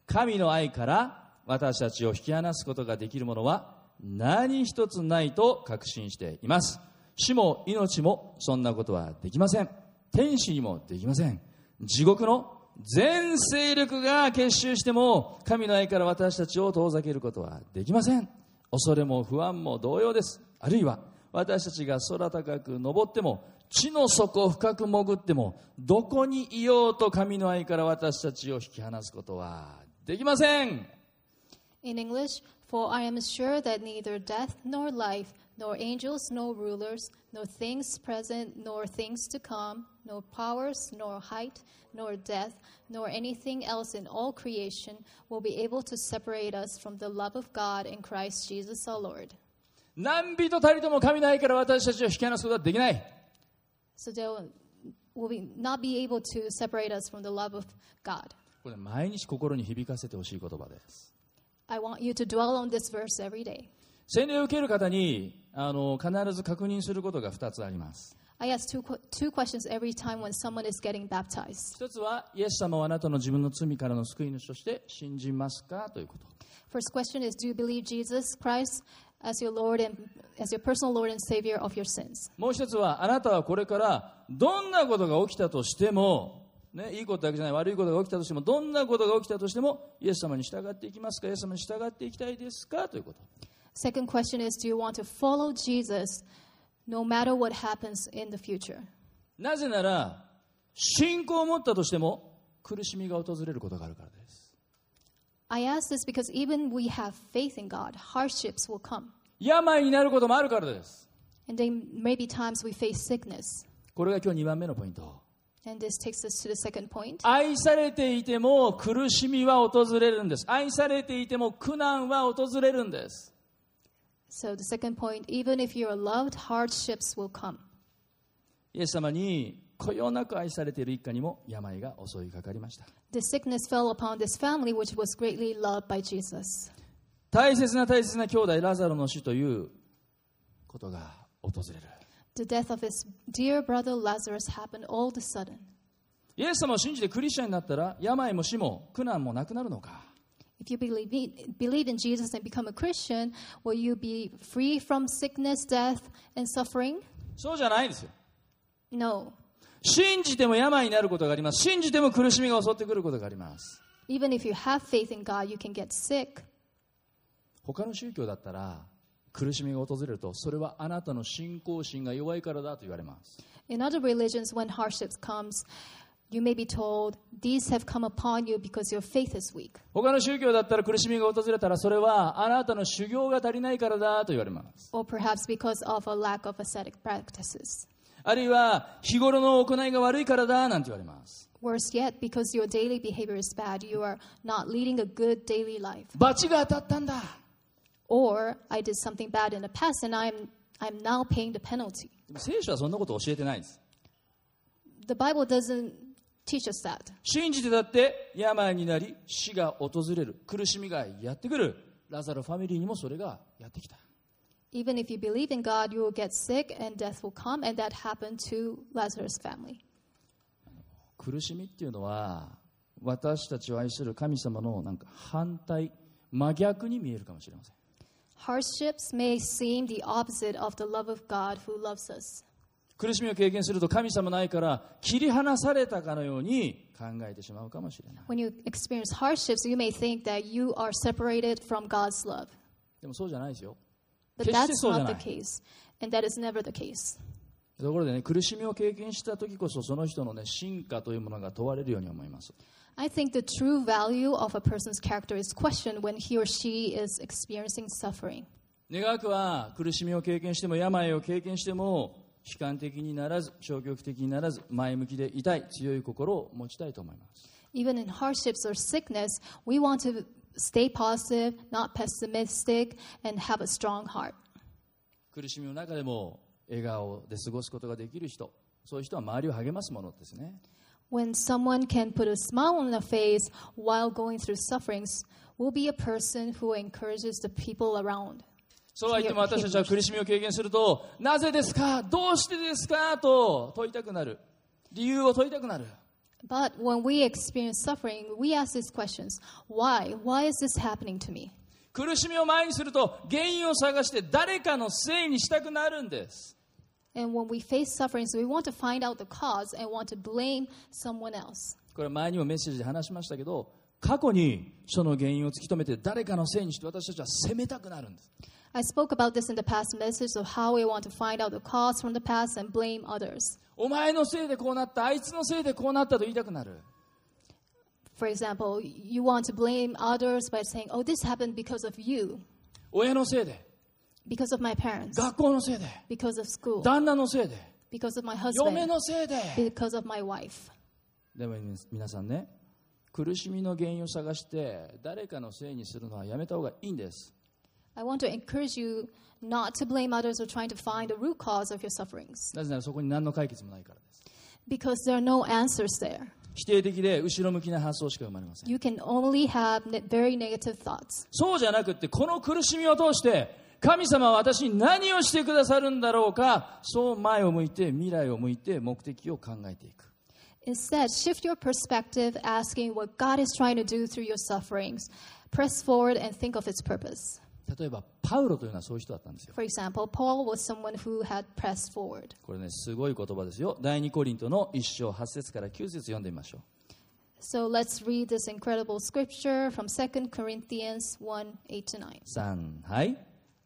S1: 神の愛から私たちを引き離すことができるものは何一つないと確信しています死も命もそんなことはできません天使にもできません地獄の全勢力が結集しても神の愛から私たちを遠ざけることはできません恐れも不安も同様ですあるいは私たちが空高く登っても地の底深く潜ってもどこにいようと神の愛から私たちを引き離すことはできません
S2: In English, for I am sure that neither death nor life, nor angels nor rulers, nor things present nor things to come, nor powers nor height nor death, nor anything else in all creation will be able to separate us from the love of God in Christ Jesus our Lord.
S1: 何人たりとも神の愛から私たちを引き離すことはできない
S2: So they will- will be not be able to separate us from the love of God.
S1: これ毎日心に響かせてほしい言葉です
S2: I want you to dwell on this verse every day.
S1: 洗礼を受ける方にあの必ず確認することが2つあります
S2: I ask two, que- two questions every time when someone is getting baptized.
S1: 一つはイエス様はあなたの自分の罪からの救い主として信じますかということ
S2: First question is Do you believe Jesus Christ as your Lord and as your personal Lord and Savior of your sins?
S1: もう一つはあなたはこれからどんなことが起きたとしても、ね、いいことだけじゃない悪いことが起きたとしてもどんなことが起きたとしてもイエス様に従っていきますかイエス様に従っていきたいですかということ
S2: Second question is Do you want to follow Jesus no matter what happens in the future?
S1: なぜなら信仰を持ったとしても苦しみが訪れることがあるからです
S2: I ask this because even we have faith in God, hardships will come.
S1: 病になることもあるからです
S2: And there may be times we face sickness.
S1: これが今日2番目のポイント
S2: And this takes us to the second point.
S1: 愛されていても苦しみは訪れるんです愛されていても苦難は訪れるんです
S2: So, the second point even if you are loved, hardships will come.
S1: イエス様にこよなく愛されている一家にも病が襲いかかりました
S2: The sickness fell upon this family, which was greatly loved by Jesus.
S1: 大切な大切な兄弟ラザロの死ということが訪れる
S2: The death of his dear brother Lazarus happened all of a sudden.
S1: イエス様を信じてクリスチャンになったら病も死も苦難もなくなるのか
S2: If you believe, believe in Jesus and become a Christian, will you be free from sickness, death, and suffering?
S1: そうじゃないんですよ
S2: No.
S1: 信じても病になることがあります信じても苦しみが襲ってくることがあります
S2: Even if you have faith in God, you can get sick.
S1: 他の宗教だったら苦しみが訪れるとそれはあなたの信仰心が弱いからだと言われます
S2: In other religions, when hardships comes, you may be told, these have come upon you because your faith is weak.
S1: 他の宗教だったら苦しみが訪れたらそれはあなたの修行が足りないからだと言われます
S2: or perhaps because of a lack of ascetic practices.
S1: あるいは日頃の行いが悪いからだなんて言われます
S2: Worse yet, because your daily behavior is bad, you are not leading a good daily life.
S1: 罰が当たったんだ
S2: Or I did something bad in the past and I'm I'm now paying the penalty.
S1: でも聖書はそんなこと教えてないんです
S2: The Bible doesn't teach us that.
S1: 信じてたって病になり死が訪れる苦しみがやってくるラザロファミリーにもそれがやってきた
S2: Even if you believe in God, you will get sick and death will come, and that happened to Lazarus' family.
S1: 苦しみっていうのは私たちを愛する神様のなんか反対真逆に見えるかもしれません
S2: Hardships may seem the opposite of the love of God who loves us.
S1: 苦しみを経験すると神様の愛から切り離されたかのように考えてしまうかもしれない
S2: When you experience hardships, you may think that you are separated from God's love.
S1: でもそうじゃないですよ
S2: But
S1: 決して
S2: that's
S1: そうじゃ
S2: not
S1: な
S2: the
S1: い
S2: case. And that is never the case.
S1: ところでね苦しみを経験した時こそその人のね進化というものが問われるように思います
S2: I think the true value of a person's character is questioned when he or she is experiencing suffering.
S1: 願わくは苦しみを経験しても病を経験しても悲観的にならず消極的にならず前向きでいたい強い心を持ちたいと思います
S2: Even in hardships or sickness, we want to stay positive, not pessimistic, and have a strong heart.
S1: 苦しみの中でも笑顔で過ごすことができる人そういう人は周りを励ますものですね
S2: When someone can put a smile on their face while going through sufferings, will be a person who encourages the people around.
S1: そうは言っても私たちは苦しみを経験するとなぜですかどうしてですかと問いたくなる理由を問いたくなる
S2: But when we experience suffering, we ask these questions Why? Why is this happening to me?
S1: 苦しみを前にすると原因を探して誰かのせいにしたくなるんです
S2: And when we face sufferings, we want to find out the cause and want to blame someone else.
S1: これ前にもメッセージで話しましたけど過去にその原因を突き止めて誰かのせいにして私たちは責めたくなるんです
S2: I spoke about this in the past message of how we want to find out the cause from the past and blame others.
S1: お前のせいでこうなったあいつのせいでこうなったと言いたくなる
S2: For example, you want to blame others by saying, Oh, this happened because of you,
S1: 親のせいで
S2: because of my parents,
S1: 学校のせいで
S2: because of school,
S1: 旦那のせいで
S2: because of my
S1: 嫁
S2: husband,
S1: のせいで
S2: because of my wife.
S1: でも皆さんね苦しみの原因を探して誰かのせいにするのはやめた方がいいんです
S2: I want to encourage you not to blame others or trying to find the root cause of your sufferings
S1: なぜならそこに何の解決もないからです
S2: because there are no answers there.
S1: 否定的で後ろ向きな発想しか生まれません
S2: You can only have ne- very negative thoughts.
S1: そうじゃなくってこの苦しみを通して神様は私に何をしてくださるんだろうかそう前を向いて未来を向いて目的を考えていく
S2: Instead, shift your perspective, asking what God is trying to do through your sufferings. Press forward and think of its purpose.
S1: 例えばパウロというのはそういう人だったんですよ
S2: For example, Paul was someone who had pressed forward.
S1: これねすごい言葉ですよ第二コリントの一章八節から九節読んでみましょう
S2: So let's read this incredible scripture from 2 Corinthians 1 8 to 9.
S1: 3はい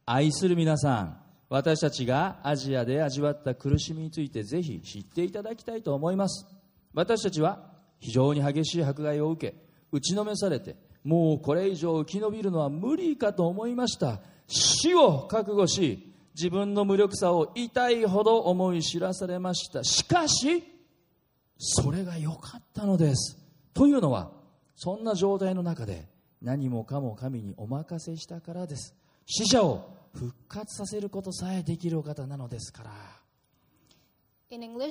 S1: 愛する皆さん私たちがアジアで味わった苦しみについてぜひ知っていただきたいと思います私たちは非常に激しい迫害を受け打ちのめされてもうこれ以上生き延びるのは無理かと思いました死を覚悟し自分の無力さを痛いほど思い知らされましたしかしそれが良かったのです。というのは、そんな状態の中で何もかも神にお任せしたからです。死者を復活させることさえできるお方なのですから。
S2: In English,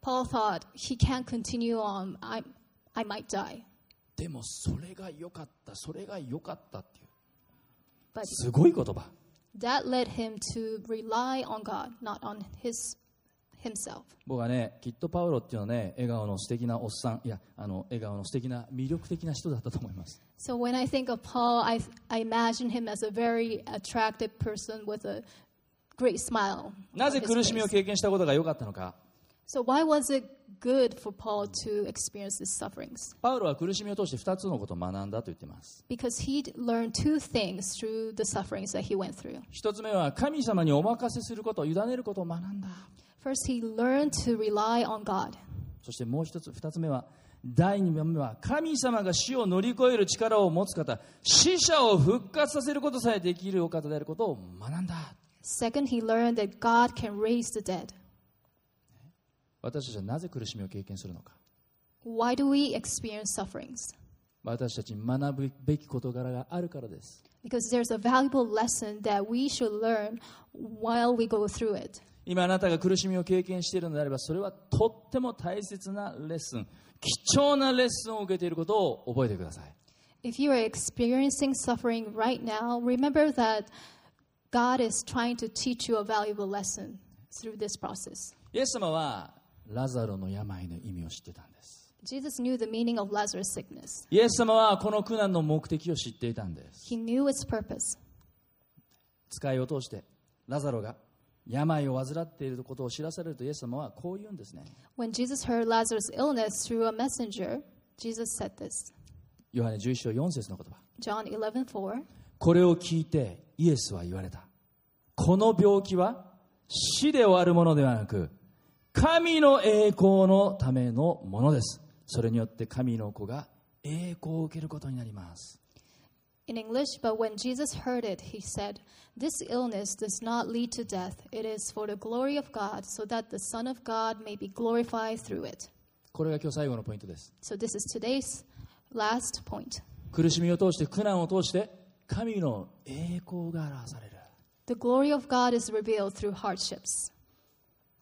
S2: Paul thought he can't continue on. I, I might die,
S1: でもそれが良かった、それが良かったっていう。
S2: but.
S1: すごい言葉。
S2: That led him to rely on God, not on his himself.
S1: 僕はね、きっとパウロっていうのはね、笑顔の素敵なおっさん、いや、あの、笑顔の素敵な魅力的な人だったと思います。
S2: So when I think of Paul, I, I imagine him as a very attractive person with a great smile.
S1: な
S2: on
S1: ぜ
S2: his
S1: 苦しみを
S2: face.
S1: 経験したことが良かったのか。
S2: So why was it good for Paul to experience these sufferings?
S1: パウロは苦しみを通して2つのことを学んだと言っています
S2: Because he learned two things through the sufferings that he went through.
S1: 1つ目は神様にお任せすること委ねることを学んだ
S2: First, he learned to rely on God.
S1: そしてもう1つ2つ目は第2番目は神様が死を乗り越える力を持つ方死者を復活させることさえできるお方であることを学んだ
S2: Second, he learned that God can raise the dead.
S1: 私たちはなぜ苦しみを経験するのか
S2: Why do we experience sufferings?
S1: 私たちに学ぶべき事柄があるからです。
S2: because there's a valuable lesson that we should learn while we go through it.
S1: 今あなたが苦しみを経験しているのであればそれはとっても大切なレッスン貴重なレッスンを受けていることを覚えてください
S2: If you are experiencing suffering right now, remember that God is trying to teach you a valuable lesson through this process.
S1: イエス様はラザロの病の意味を知ってたんです
S2: Jesus knew the meaning of Lazarus' sickness.
S1: イエス様はこの苦難の目的を知っていたんです
S2: He knew its purpose.
S1: 使いを通してラザロが病を患っていることを知らされるとイエス様はこう言うんですね
S2: When Jesus heard Lazarus' illness through a messenger, Jesus said this.
S1: ヨハネ11章4節の言葉
S2: John 11:4.
S1: これを聞いてイエスは言われたこの病気は死で終わるものではなく神の栄光のためのものですそれによって神の子が栄光を受けることになります
S2: In English, but when Jesus heard it, he said, "This illness does not lead to death. It is for the glory of God, so that the Son of God may be glorified through it."
S1: これが今日最後のポイントです
S2: So this is today's last point.
S1: 苦しみを通して苦難を通して神の栄光が表される
S2: The glory of God is revealed through hardships.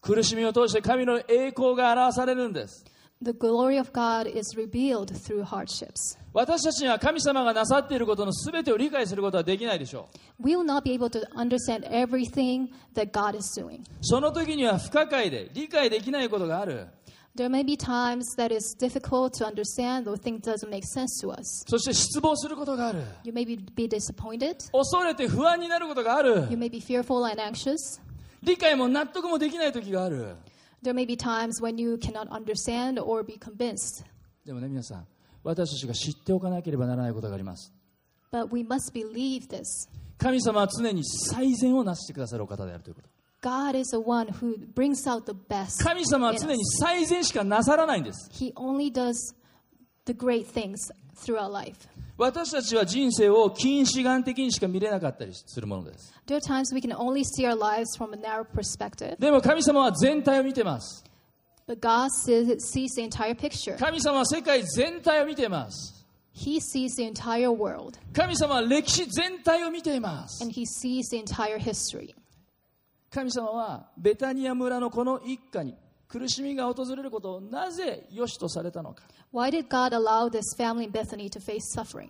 S1: 苦しみを通して神の栄光が表されるんです
S2: The glory of God is revealed through hardships.
S1: 私たちには神様がなさっていることの全てを理解することはできないでしょう
S2: We will not be able to understand everything that God is doing.
S1: その時には不可解で理解できないことがある
S2: There may be times that it's difficult to understand or things doesn't make sense to us.
S1: そして失望することがある。
S2: You may be, be disappointed.
S1: 恐れて不安になることがあ
S2: You
S1: る。
S2: may be fearful and anxious.
S1: 理解も納得もできない時がある。
S2: There may be times when you cannot understand or be convinced.
S1: でもね、皆さん、私たちが知っておかなければならないことがあります。
S2: But we must believe this.
S1: 神様は常に最善をなしてくださるお方であるということ。
S2: God is the one who brings out the best.
S1: 神様は
S2: in
S1: 常に
S2: us.
S1: 最善しかなさらないんです。
S2: He only does the great things through our life.
S1: 私たちは人生を近視眼的にしか見れなかったりするものです。
S2: There are times we can only see our lives from a narrow perspective,
S1: でも神様は全体を見てます。
S2: but God sees, sees the entire picture.
S1: 神様は世界全体を見ています。
S2: He sees the entire world,
S1: 神様は歴史全体を見ています。
S2: and He sees the entire history.
S1: 神様はベタニア村のこの一家に苦しみが訪れることをなぜ良しとされたのか
S2: Why did God allow this family in Bethany to face suffering?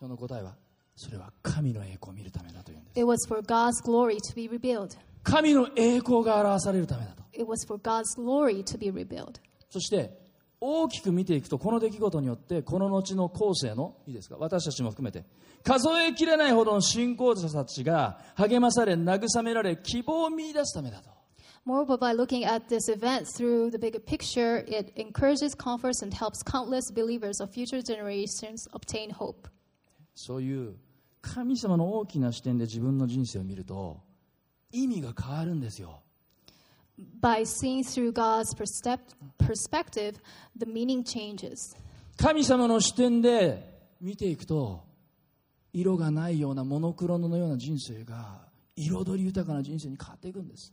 S1: その答えはそれは神の栄光を見るためだというんです
S2: It was for God's glory to be revealed.
S1: 神の栄光が表されるためだと
S2: It was for God's glory to be revealed.
S1: そして大きく見ていくとこの出来事によってこの後の後世のいいですか私たちも含めて数えきれないほどの信仰者たちが励まされ慰められ希望を見出すためだと
S2: Moreover, by looking at this event through the bigger picture, it encourages, comforts, and helps countless believers of future generations obtain hope.
S1: そういう神様の大きな視点で自分の人生を見ると意味が変わるんですよ
S2: By seeing through God's perstep- perspective, the meaning changes.
S1: 神様の視点で見ていくと色がないようなモノクロのような人生が彩り豊かな人生に変わっていくんです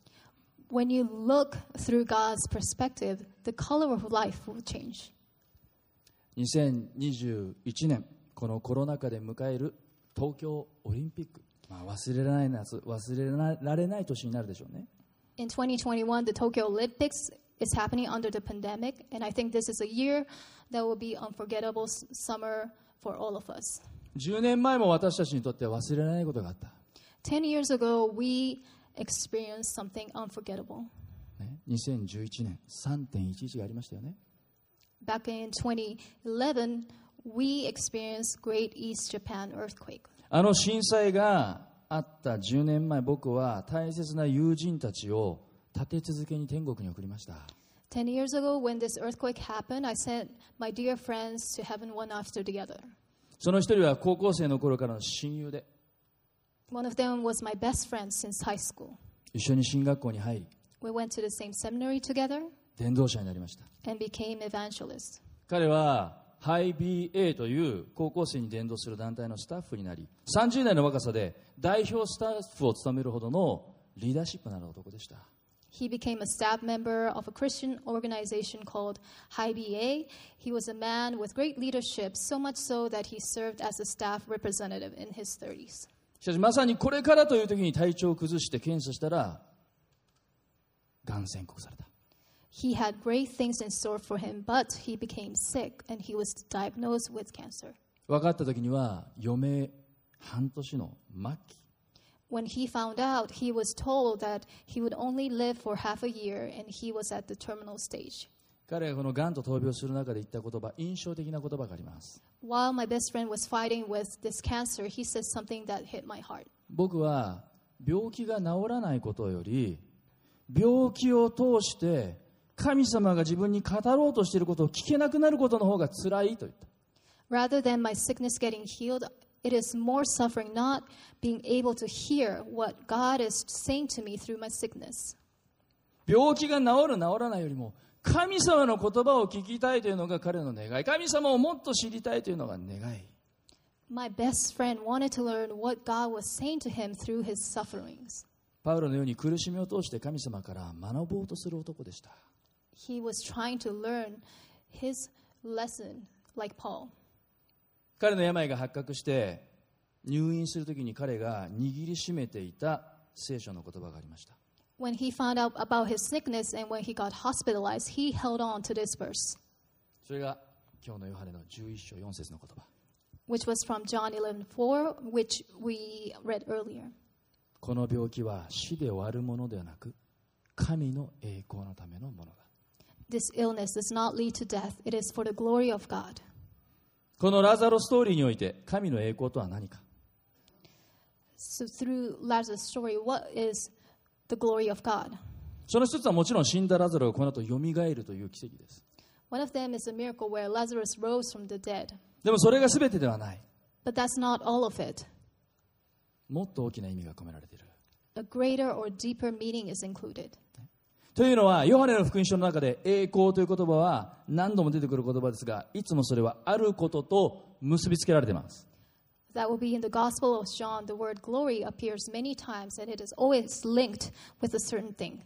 S2: When you look through God's perspective, the color of life will change.
S1: 2021年このコロナ禍で迎える東京オリンピック、まあ、忘れられない夏忘れられない年になるでしょうね
S2: In 2021, the Tokyo Olympics is happening under the pandemic, and I think this is a year that will be unforgettable s- summer for all of us.
S1: 10年前も私たちにとっては忘れられないことがあった、
S2: Ten years ago, we experienced something unforgettable.
S1: ね、2011年3.11がありましたよね
S2: Back in 2011, we experienced Great East Japan earthquake.
S1: あの震災があった10年前僕は大切な友人たちを立て続けに天国に送りました
S2: Ten years ago, when this earthquake happened, I sent my dear friends to heaven one after the other.
S1: その一人は高校生の頃からの親友で
S2: One of them was my best friend since high school.
S1: 一緒に進学校に入り
S2: We went to the same seminary together
S1: 伝道者になりました
S2: and became evangelists.
S1: 彼はハイ BA という高校生に伝道する団体のスタッフになり30代の若さで代表スタッフを務めるほどのリーダーシップのある男でした
S2: He became a staff member of a Christian organization called High BA. He was a man with great leadership, so much so that he served as a staff representative in his 30s.
S1: しかしまさにこれからという時に体調を崩して検査したらがん宣告された
S2: He had great things in store for him, but he became sick and he was diagnosed with cancer.
S1: 分かった時には余命半年の末期
S2: When he found out, he was told that he would only live for half a year and he was at the terminal stage.
S1: 彼がこのがんと闘病する中で言った言葉印象的な言葉があります
S2: While my best friend was fighting with this cancer, he said something that hit my heart.
S1: 僕は病気が治らないことより病気を通して神様が自分に語ろうとしていることを聞けなくなることの方が辛いと言った
S2: Rather than my sickness getting healed, it is more suffering not being able to hear what God is saying to me through my sickness.
S1: 病気が治る治らないよりも神様の言葉を聞きたいというのが彼の願い神様をもっと知りたいというのが願い
S2: My best friend wanted to learn what God was saying to him through his sufferings.
S1: パウロのように苦しみを通して神様から学ぼうとする男でした
S2: He was trying to learn his lesson like Paul.
S1: 彼の病が発覚して入院するときに彼が握りしめていた聖書の言葉がありました
S2: When he found out about his sickness and when he got hospitalized, he held on to this verse,
S1: それが今日のヨハネの11章4節の言葉
S2: which was from John 11:4, which we read earlier.
S1: この病気は死で終わるものではなく神の栄光のためのものだ
S2: This illness does not lead to death; it is for the glory of God.
S1: このラザロストーリーにおいて神の栄光とは何か
S2: So through Lazarus' story, what is the glory of God?
S1: その一つはもちろん死んだラザロがこの後蘇るという奇跡です
S2: One of them is a miracle where Lazarus rose from the dead.
S1: でもそれが全てではない
S2: But that's not all of it.
S1: もっと大きな意味が込められている
S2: A greater or deeper meaning is included.
S1: というのはヨハネの福音書の中で栄光という言葉は何度も出てくる言葉ですがいつもそれはあることと結びつけられています
S2: That will be in the Gospel of John. The word glory appears many times, and it is always linked with a certain thing.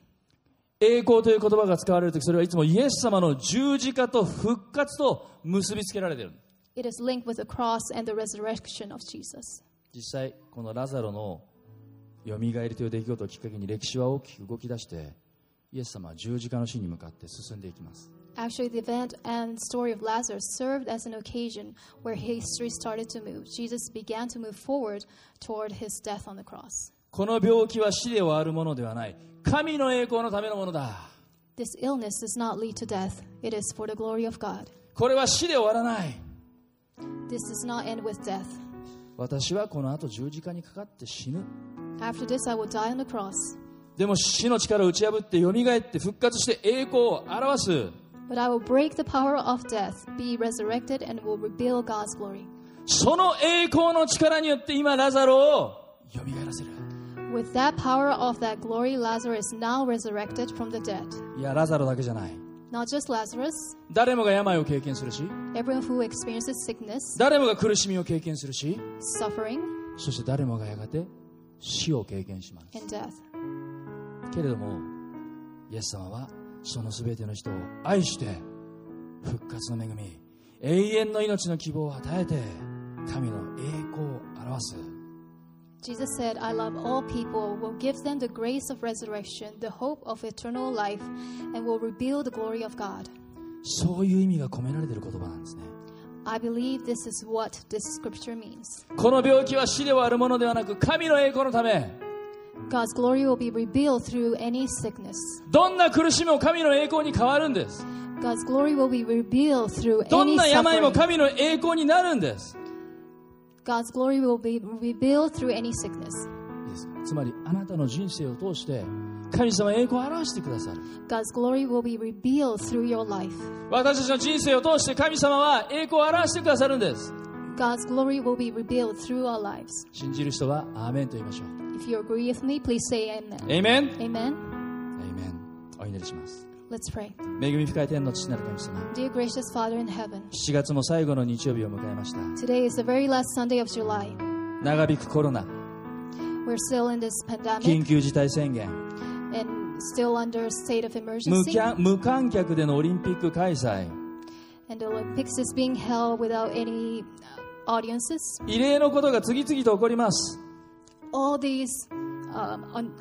S1: 栄光という言葉が使われるときそれはいつもイエス様の十字架と復活と結びつけられている
S2: It is linked with the cross and the resurrection of Jesus.
S1: 実際このラザロのよみがえりという出来事をきっかけに歴史は大きく動き出してイエス様は十字架の死に向かって進んでいきます
S2: Actually, the event and story of Lazarus served as an occasion where history started to move. Jesus began to move forward toward his death on the cross.
S1: この病気は死で終わるものではない神の栄光のためのものだ
S2: This illness does not lead to death, it is for the glory of God.
S1: これは死で終わらない
S2: This does not end with death.
S1: 私はこの後十字架にかかって死ぬ
S2: After this, I will die on the cross.
S1: でも死の力を打ち破ってよみがえって復活して栄光を表す
S2: But I will break the power of death, be resurrected, and will reveal God's glory.
S1: その栄光の力によって今ラザロをよみがえらせる
S2: With that power of that glory, Lazarus is now resurrected from the dead.
S1: いやラザロだけじゃない
S2: Not just Lazarus,
S1: 誰もが病を経験するし
S2: everyone who experiences sickness,
S1: 誰もが苦しみを経験するし
S2: suffering,
S1: そして誰もがやがて死を経験します
S2: and death.
S1: けれどもイエス様はその全ての人を愛して復活の恵み永遠の命の希望を与えて神の栄光を表す
S2: Jesus said, I love all people, will give them the grace of resurrection, the hope of eternal life, and will reveal the glory of God.
S1: そういう意味が込められている言葉なんですね
S2: I believe this is what this scripture means.
S1: この病気は死ではあるものではなく神の栄光のため
S2: God's glory will be revealed through any sickness.
S1: どんな苦しみも神の栄光に変わるんです
S2: God's glory will be revealed through
S1: どん
S2: any
S1: な病も
S2: suffering.
S1: 神の栄光になるんです
S2: God's glory will be revealed through any sickness.
S1: いいですかつまりあなたの人生を通して神様は栄光を表してくださる
S2: God's glory will be revealed through your life.
S1: 私たちの人生を通して神様は栄光を表してくださるんです
S2: God's glory will be revealed through our lives.
S1: 信じる人はアーメンと言いましょう
S2: If you agree with me, please say amen.
S1: エイメン
S2: Amen.
S1: エイメンお祈りします
S2: Let's pray.
S1: 恵み深い天の父なる神様
S2: Dear gracious Father in heaven,
S1: 7月も最後の日曜日を迎えました
S2: today is the very last Sunday of July.
S1: 長引くコロナ
S2: We're still in this
S1: 緊
S2: pandemic
S1: 急事態宣言
S2: and still under a state of
S1: 無
S2: emergency,
S1: 観無観客でのオリンピック開催
S2: and the Olympics is being held without any uh, audiences.
S1: 異例のことが次々と起こります
S2: All these um, un-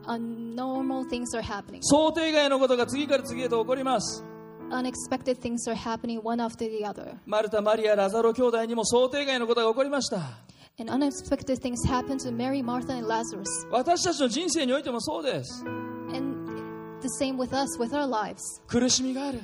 S2: unnormal things are happening.
S1: 想定外のことが次から次へと起こります
S2: Unexpected things are happening one after the other.
S1: マルタ、マリア、ラザロ兄弟にも想定外のことが起こりました。
S2: And unexpected things happen to Mary, Martha, and Lazarus.
S1: 私たちの人生においてもそうです。
S2: And the same with us, with our lives.
S1: 苦しみがある。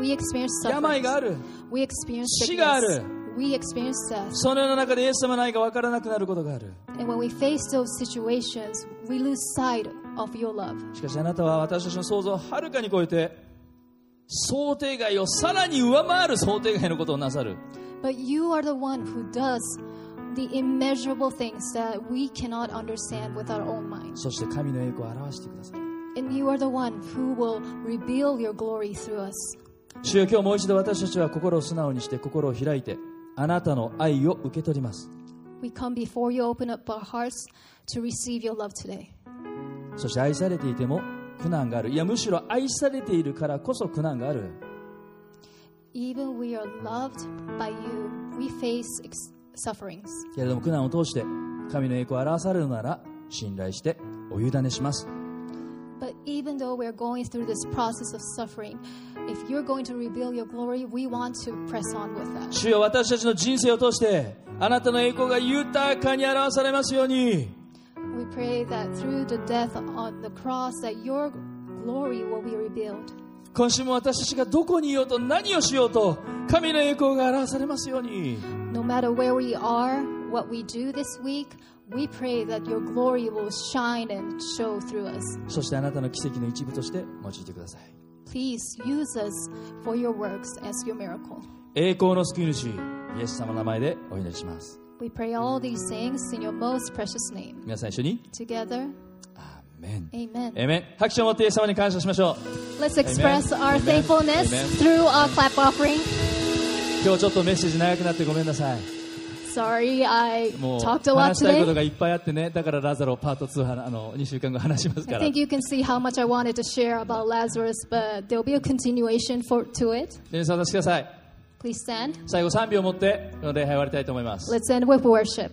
S2: We experience
S1: 病
S2: suffering.
S1: がある。
S2: We experience
S1: 死がある。
S2: sickness. We experience death.
S1: その世の中でイエス様ないか分からなくなることがある。
S2: And when we face those situations, we lose sight of your love.
S1: しかしあなたは私たちの想像をはるかに超えて、想定外をさらに上回る想定外のことをなさる。
S2: But you are the one who does the immeasurable things that we cannot understand with our own minds.
S1: そして神の栄光を表してくださる。
S2: And you are the one who will reveal your glory through us.
S1: 主よ今日もう一度私たちは心を素直にして心を開いて、あなたの愛を受け取ります。
S2: We come before you, open up our hearts to receive your love today.
S1: そして愛されていても苦難がある。いや、むしろ愛されているからこそ苦難がある。
S2: Even we are loved by you, we face ex- sufferings.
S1: けれども苦難を通して神の栄光を表されるなら信頼してお委ねします
S2: But even though we're going through this process of suffering, if you're going to reveal your glory, we want to press on with that.
S1: 主よ私たちの人生を通してあなたの栄光が豊かに表されますように
S2: We pray that through the death on the cross that your glory will be revealed.
S1: 今週も私たちがどこにいようと何をしようと神の栄光が表されますように
S2: No matter where we are, what we do this week, we pray that your glory will shine and show through us.
S1: そしてあなたの奇跡の一部として用いてください
S2: Please use us for your works as your miracle.
S1: 栄光の救い主イエス様の名前でお祈りします
S2: We pray all these things in your most precious name.
S1: 皆さん一緒に
S2: Together,
S1: アーメン
S2: amen.
S1: エメン拍手を持ってイエス様に感謝しましょう
S2: Let's express
S1: Amen.
S2: our
S1: Amen.
S2: thankfulness
S1: Amen.
S2: through our clap offering.
S1: 今日ちょっとメッセージ長くなってごめんなさい
S2: Sorry, I
S1: もう
S2: talked a lot
S1: 話したいこと
S2: today.
S1: がいっぱいあってね、だからラザロパート2はあの2週間後話しますか
S2: I
S1: ら
S2: think。you can see how much I wanted to share about Lazarus, but there'll be a continuation for to it.
S1: 皆さん、してください。
S2: Please stand.
S1: 最後3秒持って、この礼拝終わりたいと思います。
S2: Let's end with worship.